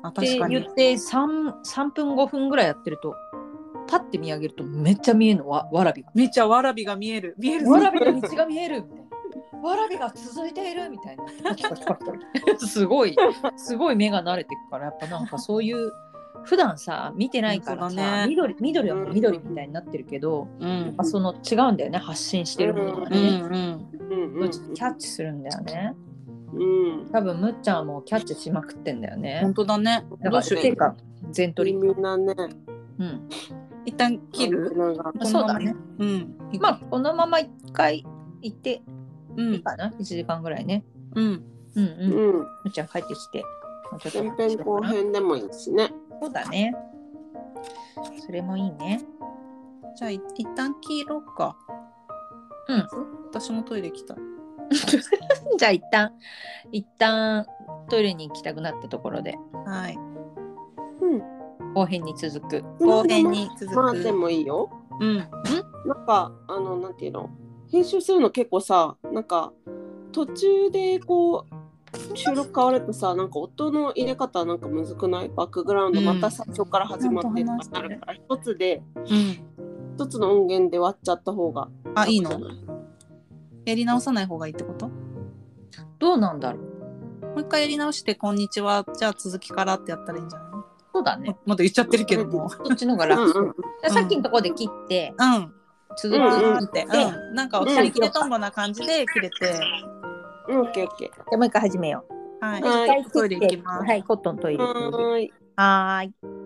B: あ
A: って
B: 確か
A: 言
B: に
A: っ。て 3, 3分5分ぐらいやってるとパッて見上げるとめっちゃ見えるのわわらびが。
B: めっちゃわらびが見える。見える。
A: わらびの道が見えるみたいな。わらびが続いているみ たいな。すごい、すごい目が慣れてくから、やっぱなんかそういう。普段さ、見てないから
B: 本
A: さ、
B: 当だね
A: 緑、緑はもう緑みたいになってるけど。
B: うん
A: まあ、その違うんだよね、発信してるものが
B: う
A: ね。
B: ん
C: うんうん
A: キャッチするんだよね。
C: うん。
A: 多分むっちゃんはもうキャッチしまくってんだよ
B: うん。
A: ね
B: 本。当だね。
A: だ
B: ど
A: か
B: う
A: ら、
B: しよ
A: ていう
B: う。
A: か、全取り。
C: みんなね。
A: うん。
B: 一旦切る。
C: なんか
A: そうだね。
B: うん。
A: まあ、このまま一回行って
B: う
A: いい
B: ん。
A: かな、一時間ぐらいね。
B: うん。
A: うん
C: う
A: うん。む
C: ん。
A: っちゃん帰ってきて。もうちょっと話
C: 前
A: し
C: 編
A: よう
C: 後
A: かな
C: 編でもいいしね。
A: そうだね。それもいいね。
B: じゃあい一旦切ろうか。
A: うん。
B: 私もトイレ行きたい。
A: じゃあ一旦一旦トイレに行きたくなったところで
B: はい。
C: うん。
A: 後編に続く。
B: 後編に続
C: まあで
B: く。
C: もいいよ。
B: うん。うん。
C: なんかあのなんていうの編集するの結構さなんか途中でこう収録変わるとさなんか音の入れ方なんかむずくないバックグラウンド
B: うん
C: また最初から始まってとかなるから一つで
B: うん。
C: 一つの音源で割っちゃった方が
B: あいいの
C: 楽じゃな
B: やり直さない方がいいってこと？も
A: どうなんだろう。
B: う一回やり直してこんにちは。じゃあ続きからってやったらいいんじゃないの？
A: そうだね。
B: まだ言っちゃってるけども。
A: そっちの方が
C: うん
A: 楽。
C: うん
A: じゃあさっきのところで切って
B: うん。
A: 続き
C: うんうん
A: を
B: っ
A: 切って
B: て、
A: で
B: うん、なんかお尻切れとんぼな感じで切れて、
C: うんオッケーオッケ
A: じゃあもう一回始めよう。
B: は、
C: はいい
B: トイレ行きます。
A: はい、コットントイレ。
C: ーはーい
A: はーい。